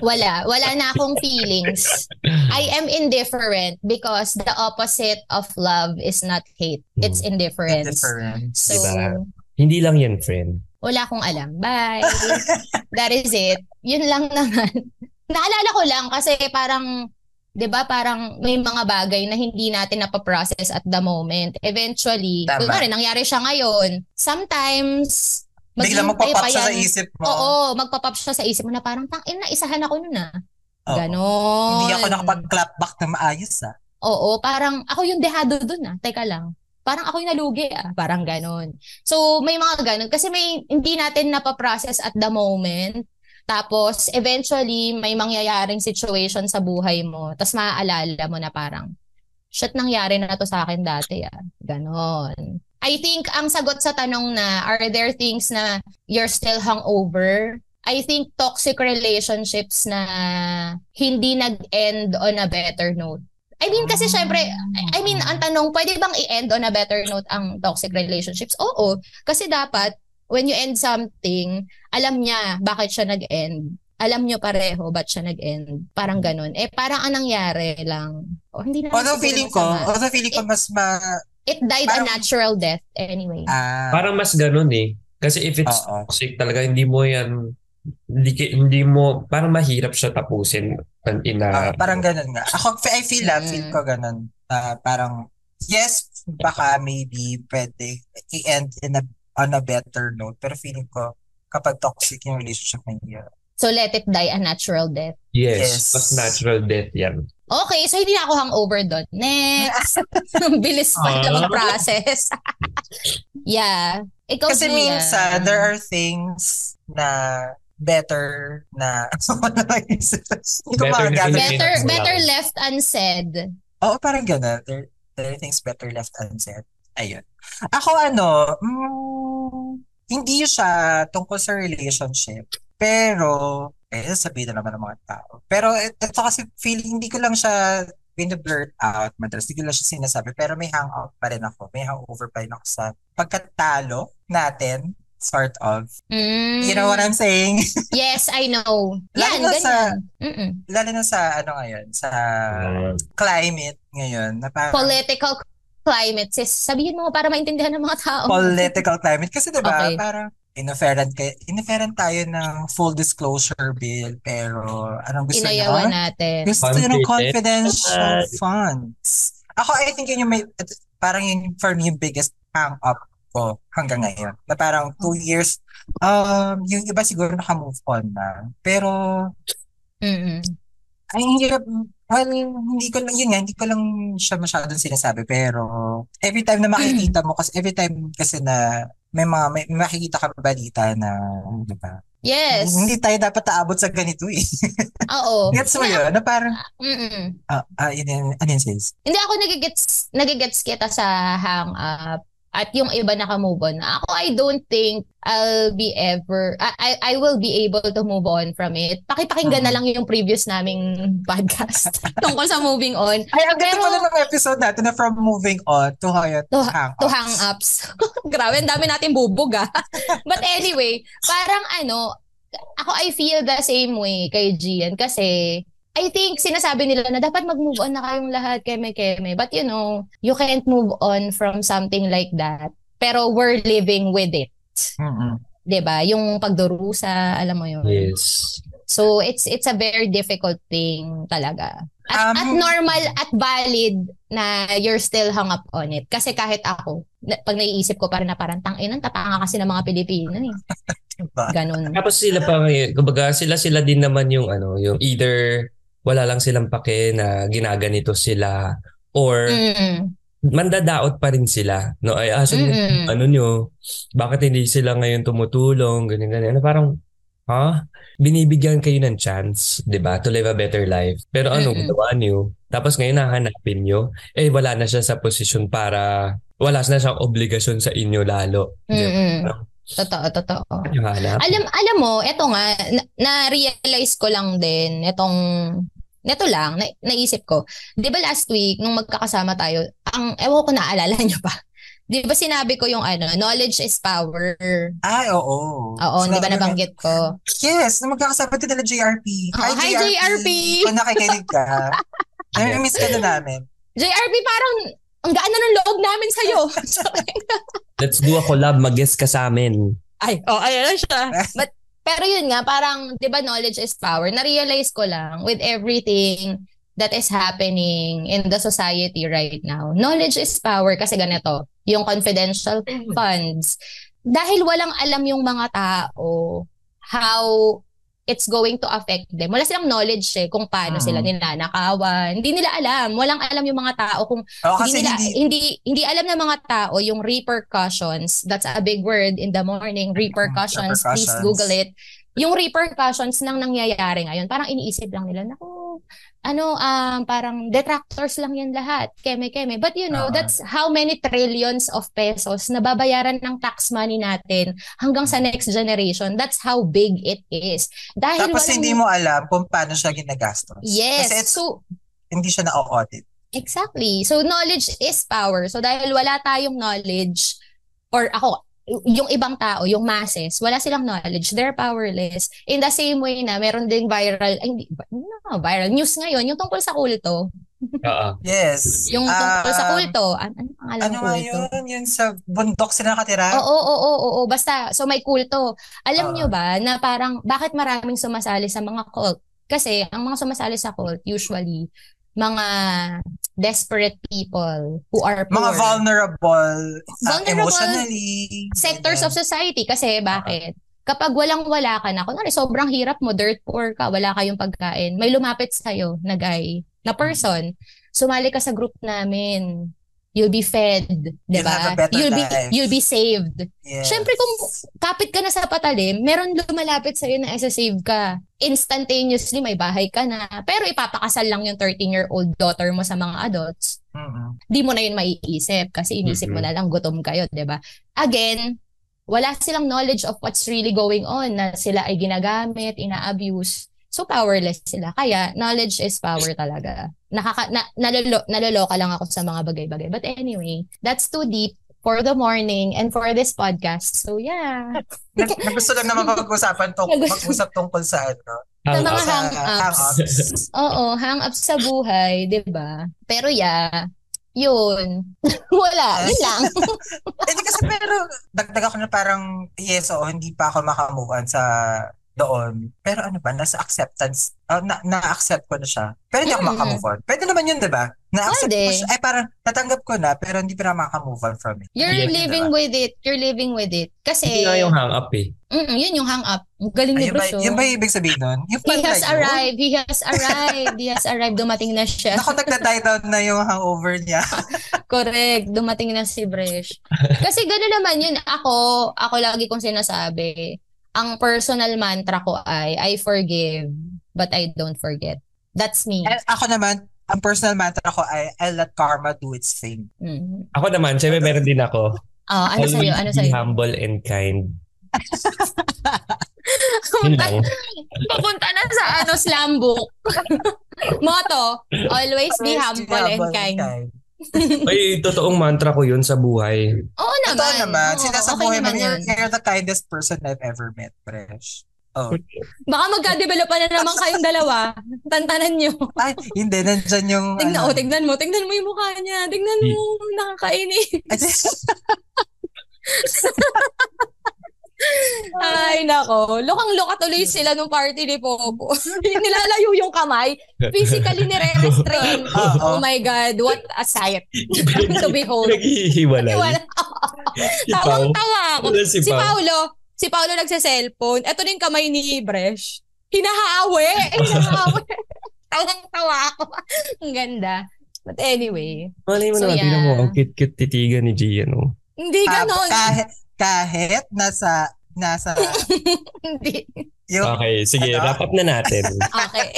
Speaker 1: Wala. Wala na akong feelings. I am indifferent because the opposite of love is not hate. It's indifference.
Speaker 3: Different.
Speaker 1: So,
Speaker 2: Diba? Hindi lang yan, friend.
Speaker 1: wala akong alam. Bye. That is it. Yun lang naman. Naalala ko lang kasi parang, di ba, parang may mga bagay na hindi natin napaprocess at the moment. Eventually,
Speaker 3: Tama.
Speaker 1: kunwari, nangyari siya ngayon. Sometimes,
Speaker 3: Bigla
Speaker 1: maghintay
Speaker 3: magpapap
Speaker 1: pa
Speaker 3: siya sa
Speaker 1: yan.
Speaker 3: isip mo.
Speaker 1: Oo, magpapap siya sa isip mo na parang, tangin na, isahan ako nun ah.
Speaker 3: Oo.
Speaker 1: Ganon.
Speaker 3: Oh. Hindi ako nakapag-clap back na maayos ah.
Speaker 1: Oo, parang ako yung dehado dun ah. Teka lang. Parang ako yung nalugi ah. Parang ganon. So, may mga ganon. Kasi may, hindi natin napaprocess at the moment. Tapos, eventually, may mangyayaring situation sa buhay mo. Tapos, maaalala mo na parang, shit, nangyari na to sa akin dati ah. Ganon. I think ang sagot sa tanong na, are there things na you're still hungover? I think toxic relationships na hindi nag-end on a better note. I mean, kasi syempre, I mean, ang tanong, pwede bang i-end on a better note ang toxic relationships? Oo. Kasi dapat, when you end something, alam niya bakit siya nag-end. Alam niyo pareho ba't siya nag-end. Parang
Speaker 3: Hmm.
Speaker 1: ganun. Eh, parang ang nangyari lang. O, hindi na siguro
Speaker 3: Although
Speaker 1: Eh,
Speaker 3: feeling ko,
Speaker 1: masama.
Speaker 3: although feeling ko mas ma...
Speaker 1: It died
Speaker 3: parang-
Speaker 1: a natural death anyway.
Speaker 3: Ah,
Speaker 2: Parang mas ganun eh. Kasi if it's
Speaker 3: oo.
Speaker 2: toxic talaga, hindi mo yan, hindi, ki- hindi mo, parang mahirap siya tapusin an- in
Speaker 3: Ah,
Speaker 2: a,
Speaker 3: parang ganun nga. Ako, fe- I feel ah, feel
Speaker 1: Mm.
Speaker 3: ko ganun. Ah, parang, yes, baka maybe pwede i-end in a, on a better note. Pero feeling ko, kapag toxic yung relationship na yun.
Speaker 1: So, let it die a natural death.
Speaker 2: yes,
Speaker 3: Yes.
Speaker 2: mas natural death yan.
Speaker 1: Okay, so hindi na ako hangover doon. Next! Ang Bilis pa
Speaker 2: Ah.
Speaker 1: lang mag-process. Oh, yeah. Ikaw,
Speaker 3: Kasi
Speaker 1: Gia.
Speaker 3: minsan, there are things na better na wala na isip. Hindi ko
Speaker 2: Better na
Speaker 3: magagamit.
Speaker 2: hindi
Speaker 1: better
Speaker 2: Minsan.
Speaker 1: better left unsaid.
Speaker 3: Oo, parang gano'n. There, there are things better left unsaid. Ayun. Ako ano, mm, hindi siya tungkol sa relationship. Pero, eh, sabihin na naman ng mga tao. Pero it- ito kasi feeling, hindi ko lang siya binablurt out madalas. Hindi ko lang siya sinasabi. Pero may hangout pa rin ako. May hangover pa rin ako sa pagkatalo natin. Sort of.
Speaker 1: Mm.
Speaker 3: You know what I'm saying?
Speaker 1: Yes, I know. Yan,
Speaker 3: Lalo na sa,
Speaker 1: ganyan. Mm-mm.
Speaker 3: lalo na sa ano ngayon, sa
Speaker 2: Ah,
Speaker 3: climate ngayon. Na parang,
Speaker 1: Political climate. Sis, sabihin mo para maintindihan ng mga tao.
Speaker 3: political climate. Kasi diba,
Speaker 1: Okay.
Speaker 3: parang inoferent, kay, inoferent tayo ng full disclosure bill, pero anong gusto
Speaker 1: Inayawan
Speaker 3: nyo?
Speaker 1: natin.
Speaker 3: Gusto nyo ng
Speaker 2: Confidential funds.
Speaker 3: confidential funds. Ako, I think yun yung may, at- parang yun for me yung biggest hang-up ko hanggang ngayon. Na parang two years, um, yung iba siguro naka-move on na. Pero,
Speaker 1: Mm-mm.
Speaker 3: ay, hindi hirap. Well, hindi ko lang, yun nga, hindi ko lang siya masyadong sinasabi. Pero, every time na makikita mo, kasi every time kasi na may mga, may, may makikita ka balita na, di ba?
Speaker 1: Yes.
Speaker 3: Hindi tayo dapat aabot sa ganito eh.
Speaker 1: Oo.
Speaker 3: Gets mo yun? Na parang,
Speaker 1: Mm-mm.
Speaker 3: ah, ah, yun, yun, ano yun sis?
Speaker 1: Hindi ako nagigets, nagigets kita sa hang up at yung iba naka-move on. Ako, I don't think I'll be ever, I, I, I will be able to move on from it. Pakipakinggan na lang yung previous naming podcast tungkol sa moving on
Speaker 3: Ay, ang ganda
Speaker 1: Pero-
Speaker 3: pala ng episode natin na from moving on to hang,
Speaker 1: To-
Speaker 3: hang
Speaker 1: to hang ups. Grabe, ang dami natin bubog ah. But anyway, parang ano, ako I feel the same way kay Gian kasi I think sinasabi nila na dapat mag-move on na kayong lahat, keme-keme. But you know, you can't move on from something like that. Pero we're living with it.
Speaker 3: Mm-mm.
Speaker 1: 'di ba? Yung pagdurusa, alam mo 'yun.
Speaker 2: Ah, Yes.
Speaker 1: So it's it's a very difficult thing talaga. At,
Speaker 3: Um,
Speaker 1: at normal at valid na you're still hung up on it. Kasi kahit ako, na, pag naiisip ko parang na parang tanginan, tapanga kasi ng mga Pilipino eh.
Speaker 3: Diba?
Speaker 1: Ganun.
Speaker 2: Tapos sila pa ngayon, kumbaga sila sila din naman yung ano, yung either wala lang silang pake na ginaganito sila or
Speaker 1: Mm. Mm-mm.
Speaker 2: mandadaot pa rin sila. No, ay asan
Speaker 1: Mm-mm.
Speaker 2: ano nyo, bakit hindi sila ngayon tumutulong, ganyan ganyan. Ano, parang ha? Binibigyan kayo ng chance, 'di ba? To live a better life. Pero ano
Speaker 1: Mm-mm.
Speaker 2: ginawa niyo? Tapos ngayon hahanapin niyo, eh wala na siya sa posisyon para wala na siyang obligasyon sa inyo lalo. Di
Speaker 1: Mm-mm.
Speaker 2: ba?
Speaker 1: Totoo, totoo.
Speaker 2: Yung hanap.
Speaker 1: Alam alam mo, eto nga na- na-realize ko lang din etong neto lang na, naisip ko. 'Di ba last week nung magkakasama tayo, ang ewan ko naaalala niyo pa. 'Di ba sinabi ko yung ano, knowledge is power.
Speaker 3: Ay, oo.
Speaker 1: Oo,
Speaker 3: So,
Speaker 1: 'di ba
Speaker 3: ano yun?
Speaker 1: nabanggit ko?
Speaker 3: Yes, na magkakasama din nila JRP.
Speaker 1: Oh, hi, JRP.
Speaker 3: Kung nakikinig ka, nami-miss ka na namin.
Speaker 1: JRP parang ang gaan na ng loob namin sa iyo.
Speaker 2: Let's do a collab. Mag-guest ka sa amin.
Speaker 1: Ay, oh, ayan na siya. But, pero yun nga, parang, di ba, knowledge is power. Na-realize ko lang with everything that is happening in the society right now. Knowledge is power kasi ganito, yung confidential funds. Dahil walang alam yung mga tao how it's going to affect them. Wala silang knowledge eh kung paano
Speaker 3: Mm.
Speaker 1: sila ninanakawan. Hindi nila alam. Walang alam yung mga tao kung
Speaker 3: Oo, Ah,
Speaker 1: hindi,
Speaker 3: kasi
Speaker 1: nila,
Speaker 3: hindi,
Speaker 1: hindi, hindi alam ng mga tao yung repercussions. That's a big word in the morning. Repercussions. Please
Speaker 3: Ah, Repercussions.
Speaker 1: Google it. Yung repercussions ng nangyayari ngayon, parang iniisip lang nila, naku, ano, um, parang detractors lang yan lahat. Keme-keme. But you know,
Speaker 3: Ah.
Speaker 1: that's how many trillions of pesos na babayaran ng tax money natin hanggang sa next generation. That's how big it is. Dahil
Speaker 3: tapos
Speaker 1: walang-
Speaker 3: hindi mo alam kung paano siya ginagastos.
Speaker 1: Yes.
Speaker 3: Kasi it's-
Speaker 1: so,
Speaker 3: hindi siya na-audit.
Speaker 1: Exactly. So knowledge is power. So dahil wala tayong knowledge or ako y- yung ibang tao, yung masses, wala silang knowledge. They're powerless. In the same way na meron ding viral, ay, hindi, ba- no, viral news ngayon, yung tungkol sa kulto.
Speaker 2: Oo.
Speaker 3: Yes.
Speaker 1: Yung tungkol sa
Speaker 3: Um,
Speaker 1: kulto. An- ano ang alam
Speaker 3: Ano
Speaker 1: kulto?
Speaker 3: nga yun? Yun sa bundok sila nakatira?
Speaker 1: Oo, oo, oo, oo, Basta, so may kulto. Alam
Speaker 3: Oo.
Speaker 1: nyo ba na parang bakit maraming sumasali sa mga cult? Kasi ang mga sumasali sa cult, usually, mga desperate people who are poor.
Speaker 3: Mga vulnerable, uh,
Speaker 1: Vulnerable
Speaker 3: emotionally.
Speaker 1: sectors of
Speaker 3: ganyan.
Speaker 1: society. Kasi bakit? Kapag walang-wala ka na, kunwari sobrang hirap mo, dirt poor ka, wala kayong pagkain, may lumapit sa'yo na guy, na person, sumali ka sa group namin. You'll be fed, di
Speaker 3: You'll
Speaker 1: ba?
Speaker 3: have a better
Speaker 1: You'll be
Speaker 3: life.
Speaker 1: you'll be saved.
Speaker 3: Yes.
Speaker 1: Siyempre, kung- Kapit ka na sa patalim, meron lumalapit sa'yo na isa-save ka. Instantaneously, may bahay ka na. Pero ipapakasal lang yung 13-year-old daughter mo sa mga adults
Speaker 3: Mm-mm.
Speaker 1: di mo na yun maiisip kasi inisip mo
Speaker 2: Mhm.
Speaker 1: na lang gutom kayo, 'di ba? Again, wala silang knowledge of what's really going on na sila ay ginagamit, ina-abuse. So powerless sila. Kaya knowledge is power talaga. Nakaka na, nalolo, naloloka lang ako sa mga bagay-bagay. But anyway, that's too deep for the morning and for this podcast. So yeah.
Speaker 3: Nag- Nagusto lang naman pag-usapan tong,
Speaker 1: Nagusto.
Speaker 3: mag-usap tungkol sa ano.
Speaker 1: Sa
Speaker 2: Ang
Speaker 1: mga
Speaker 2: up.
Speaker 3: Sa
Speaker 1: hang-ups.
Speaker 3: hang-ups.
Speaker 1: Oo, hang up sa buhay, 'di ba? Pero yeah, yun. wala, yun lang.
Speaker 3: Hindi kasi pero dagdag ako na parang yes oo, hindi pa ako makamove on sa doon. Pero ano ba, nasa acceptance, ah, na, na-accept ko na siya. Pero hindi ako
Speaker 1: Mm.
Speaker 3: makamove on. Pwede naman yun, di ba? Na-accept ko
Speaker 1: Pwede.
Speaker 3: siya. Ay, parang natanggap ko na, pero hindi pa na makamove on from it.
Speaker 1: You're
Speaker 2: Yeah,
Speaker 1: living with it. You're living with it.
Speaker 2: Hindi
Speaker 1: Kasi,
Speaker 2: nga yung hang up eh.
Speaker 1: mm, yun yung hang up. Ang Galing ni
Speaker 3: Ay, yun, ba,
Speaker 1: Bruce.
Speaker 3: yun
Speaker 1: oh.
Speaker 3: ba yung ibig sabihin nun? Yung oh,
Speaker 1: He
Speaker 3: pala
Speaker 1: has
Speaker 3: yun?
Speaker 1: arrived. He has arrived. He has arrived. Dumating na siya.
Speaker 3: Ako, nagda-die down na yung hangover niya.
Speaker 1: Correct. Dumating na si Bresh. Kasi gano'n naman yun. Ako, ako lagi kong sinasabi, ang personal mantra ko ay, I forgive, but I don't forget. That's me.
Speaker 3: And ako naman, ang personal mantra ko ay, I'll let karma do its thing.
Speaker 1: Mm.
Speaker 2: Ako naman, syempre meron din ako.
Speaker 1: Oh, ano sa'yo? Ano
Speaker 2: Always be
Speaker 1: sa'yo?
Speaker 2: humble and kind. Yun
Speaker 1: Pumunta,
Speaker 2: lang.
Speaker 1: pupunta na sa ano, slam book. Motto, always be humble and kind.
Speaker 2: Ay, totoong mantra ko yun sa buhay.
Speaker 1: Oo naman.
Speaker 3: Totoo naman.
Speaker 1: Oo,
Speaker 3: Sinasabuhay
Speaker 1: okay naman
Speaker 3: mo, you're,
Speaker 1: yun.
Speaker 3: you're the kindest person I've ever met, Fresh. Oh.
Speaker 1: Baka magka-develop pa na naman kayong dalawa. Tantanan nyo.
Speaker 3: Ay, hindi. Nandyan yung...
Speaker 1: Tingnan,
Speaker 3: ano,
Speaker 1: oh, tingnan mo. Tingnan mo yung mukha niya. Tingnan mo. Nakakainis.
Speaker 3: Ay, just-
Speaker 1: Ay, nako. Lokang-loka
Speaker 3: Hmm.
Speaker 1: tuloy sila nung party ni Pogo. Nilalayo yung kamay. Physically nire-restrain.
Speaker 3: Oo.
Speaker 1: Oh my God, what a sight to behold.
Speaker 2: Pinaghihiwalay.
Speaker 1: Wala. Tawang-tawa ako.
Speaker 2: Wala si
Speaker 1: Si
Speaker 2: Pao.
Speaker 1: Paolo, si Paolo nagsa-cellphone. Ito na yung kamay ni Bresh. Hinahaawi. Hinahaawi. Tawang-tawa ako. Ang ganda. But anyway,
Speaker 2: Malay mo
Speaker 1: So,
Speaker 2: naman,
Speaker 1: yeah.
Speaker 2: tingnan mo, ang cute-cute titigan ni ano. Gia, no?
Speaker 1: hindi ganon.
Speaker 3: kahit, kahit nasa... Nasa...
Speaker 1: Hindi.
Speaker 3: Yung,
Speaker 2: Okay, sige,
Speaker 3: Ano?
Speaker 2: wrap up na natin.
Speaker 1: Okay.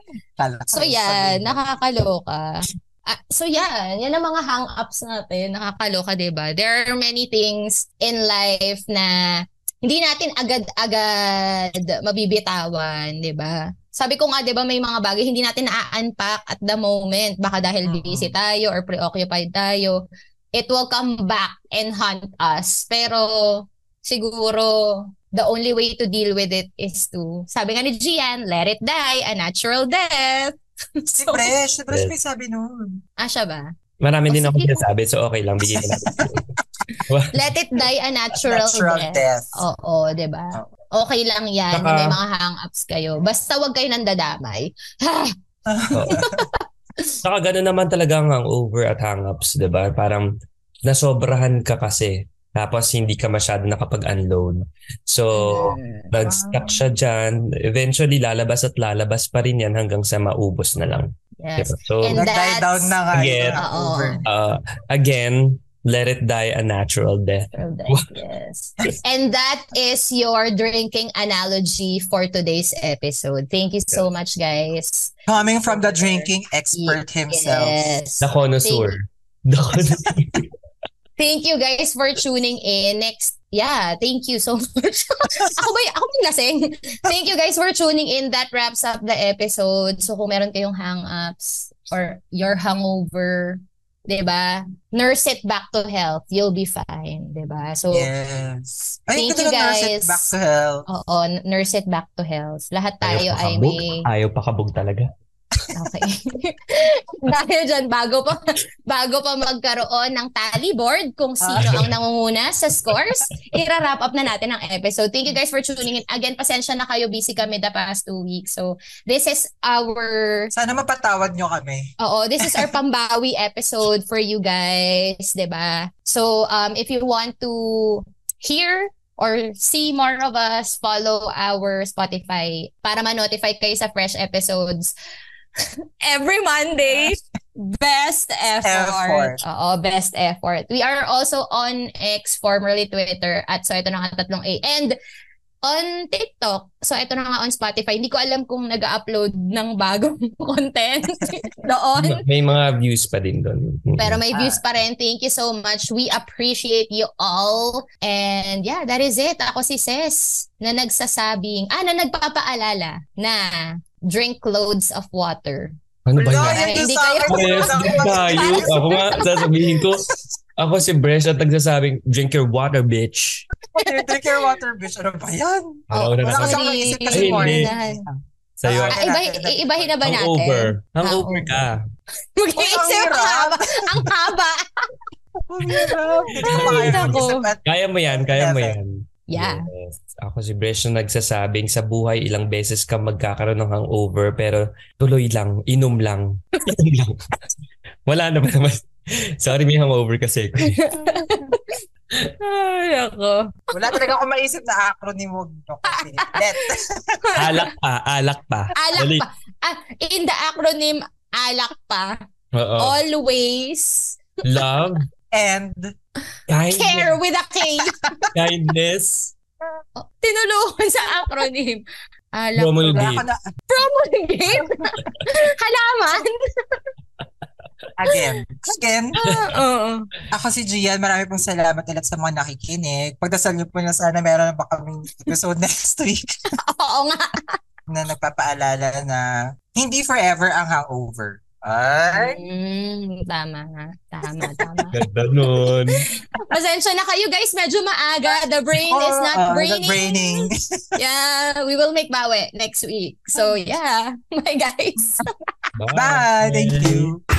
Speaker 3: Kala-
Speaker 1: So yan,
Speaker 3: sabihin.
Speaker 1: nakakaloka. Ah, so yan, yan ang mga hang-ups natin, nakakaloka, 'di ba? There are many things in life na hindi natin agad-agad mabibitawan, 'di ba? Sabi ko nga, 'di ba, may mga bagay hindi natin na-unpack at the moment, baka dahil
Speaker 3: Mm-mm.
Speaker 1: busy tayo or preoccupied tayo. It will come back and haunt us. Pero siguro the only way to deal with it is to, sabi nga ni Gian, let it die, a natural death.
Speaker 3: Si
Speaker 1: so,
Speaker 3: Fresh, si Fresh may sabi nun.
Speaker 1: ah, siya ba?
Speaker 2: Marami din
Speaker 1: Oh,
Speaker 2: ako
Speaker 1: Sige.
Speaker 2: sinasabi, so okay lang, bigyan na natin.
Speaker 1: Let it die, a natural,
Speaker 3: Natural
Speaker 1: death.
Speaker 3: death.
Speaker 1: Oo, di ba? Okay lang yan.
Speaker 2: Saka-
Speaker 1: may mga hang-ups kayo. Basta wag kayo nandadamay.
Speaker 2: Oo. Saka gano'n naman talaga ang hangover at hangups, di ba? Parang nasobrahan ka kasi. Tapos hindi ka masyado nakapag-unload. So,
Speaker 1: Mm.
Speaker 2: nag-stuck siya dyan. Eventually, lalabas at lalabas pa rin yan hanggang sa maubos na lang.
Speaker 1: Yes.
Speaker 2: Diba? So,
Speaker 1: And
Speaker 3: Nag-die
Speaker 1: that's- Ah, oh.
Speaker 3: down na nga.
Speaker 2: Again.
Speaker 3: yung
Speaker 1: Oo.
Speaker 3: hangover.
Speaker 2: uh, again, let it die a natural death.
Speaker 1: Natural death, yes. And that is your drinking analogy for today's episode. Thank you so much, guys.
Speaker 3: Coming from the drinking expert himself.
Speaker 1: Yes.
Speaker 2: The connoisseur. The connoisseur.
Speaker 1: Thank you guys for tuning in. Next, yeah, thank you so much. ako ba, y- ako ba yung lasing? Thank you guys for tuning in. That wraps up the episode. So kung meron kayong hang-ups or your hangover, 'di ba? Nurse it back to health. You'll be fine, 'di ba? So
Speaker 3: Yes. Ay,
Speaker 1: Oh. Thank
Speaker 3: Thank
Speaker 1: you,
Speaker 3: Nurse
Speaker 1: guys.
Speaker 3: it
Speaker 1: Oh.
Speaker 3: back to health.
Speaker 1: oo, n- nurse it back to health. Lahat tayo
Speaker 2: Ayaw
Speaker 1: ay
Speaker 2: pakabog.
Speaker 1: may
Speaker 2: Ayaw pakabog talaga.
Speaker 1: Okay. Dahil dyan, bago pa, bago pa magkaroon ng tally board kung sino ang nangunguna sa scores, ira-wrap up na natin ang episode. Thank you guys for tuning in. Again, pasensya na kayo. Busy kami the past two weeks. So, this is our...
Speaker 3: Sana mapatawad nyo kami.
Speaker 1: Oo, this is our pambawi episode for you guys, 'di ba? So, um, if you want to hear or see more of us, follow our Spotify para ma-notify kayo sa fresh episodes every Monday. Best effort.
Speaker 3: Effort.
Speaker 1: Oo, best effort. We are also on X, formerly Twitter, at so ito na nga tatlong A. And on TikTok, so ito na nga on Spotify, hindi ko alam kung nag-upload ng bagong content doon.
Speaker 2: May mga views pa din doon. Mm.
Speaker 1: Pero may views pa rin. Thank you so much. We appreciate you all. And yeah, that is it. Ako si Ses na nagsasabing, ah, na nagpapaalala na drink loads of water.
Speaker 2: ano ba
Speaker 3: No,
Speaker 2: yun?
Speaker 3: yun
Speaker 1: Hindi
Speaker 3: yung sa
Speaker 2: Yes, di
Speaker 3: akin. Wala akong
Speaker 2: tayo. Ako nga, sasabihin ko, ako si Bresh at nagsasabing, drink your water, bitch.
Speaker 3: mag- Drink your water, bitch. Ano ba yan?
Speaker 2: Araw na
Speaker 3: Wala
Speaker 2: naman
Speaker 3: kasi ako
Speaker 1: Sorry.
Speaker 3: naisip kasi morning.
Speaker 1: Ay,
Speaker 2: sa'yo.
Speaker 1: Ah, Oh, iba- iibahin na ba
Speaker 2: Ang
Speaker 1: natin?
Speaker 2: over. Ang over
Speaker 1: Ah,
Speaker 2: ka.
Speaker 1: Mag-iisip ang haba. Ang haba.
Speaker 3: Ang hirap. Hindi ko
Speaker 1: Ay,
Speaker 3: kaya
Speaker 1: nako.
Speaker 3: mag-isip at
Speaker 2: Kaya mo yan, kaya mo yan.
Speaker 1: Yeah.
Speaker 2: Yes. Ako si Bresh na nagsasabing sa buhay ilang beses ka magkakaroon ng hangover pero tuloy lang, inom lang, inom lang. Wala na ba naman? Sorry, may hangover kasi ako. eh.
Speaker 1: Ay, ako.
Speaker 3: Wala talaga akong maisip na acronym mo. Okay, let.
Speaker 2: Alak pa, alak pa.
Speaker 1: Alak
Speaker 2: Dali.
Speaker 1: pa. Ah, in the acronym, alak pa.
Speaker 2: Oo.
Speaker 1: Always
Speaker 2: Love,
Speaker 3: And,
Speaker 1: care
Speaker 2: kindness,
Speaker 1: with a K.
Speaker 2: kindness.
Speaker 1: Tinulungan sa acronym. Alak
Speaker 2: Promulgate.
Speaker 1: pa.
Speaker 3: wala ko na,
Speaker 1: Promulgate. Halaman.
Speaker 3: again, again,
Speaker 1: Ah, Oo.
Speaker 3: Ako si Gian, marami pong salamat ulit sa mga nakikinig. Pagdasal niyo po na sana meron na pa kaming episode next week
Speaker 1: Oo nga.
Speaker 3: na nagpapaalala na hindi forever ang hangover. Ay,
Speaker 1: Mm, tama nga. Tama, tama.
Speaker 2: Ganda nun.
Speaker 1: Pasensya na kayo guys. Medyo maaga. The brain is not
Speaker 3: Oo,
Speaker 1: braining.
Speaker 3: Oh, The braining.
Speaker 1: Yeah, we will make bawe next week. So yeah. Bye guys.
Speaker 3: Bye! Thank you.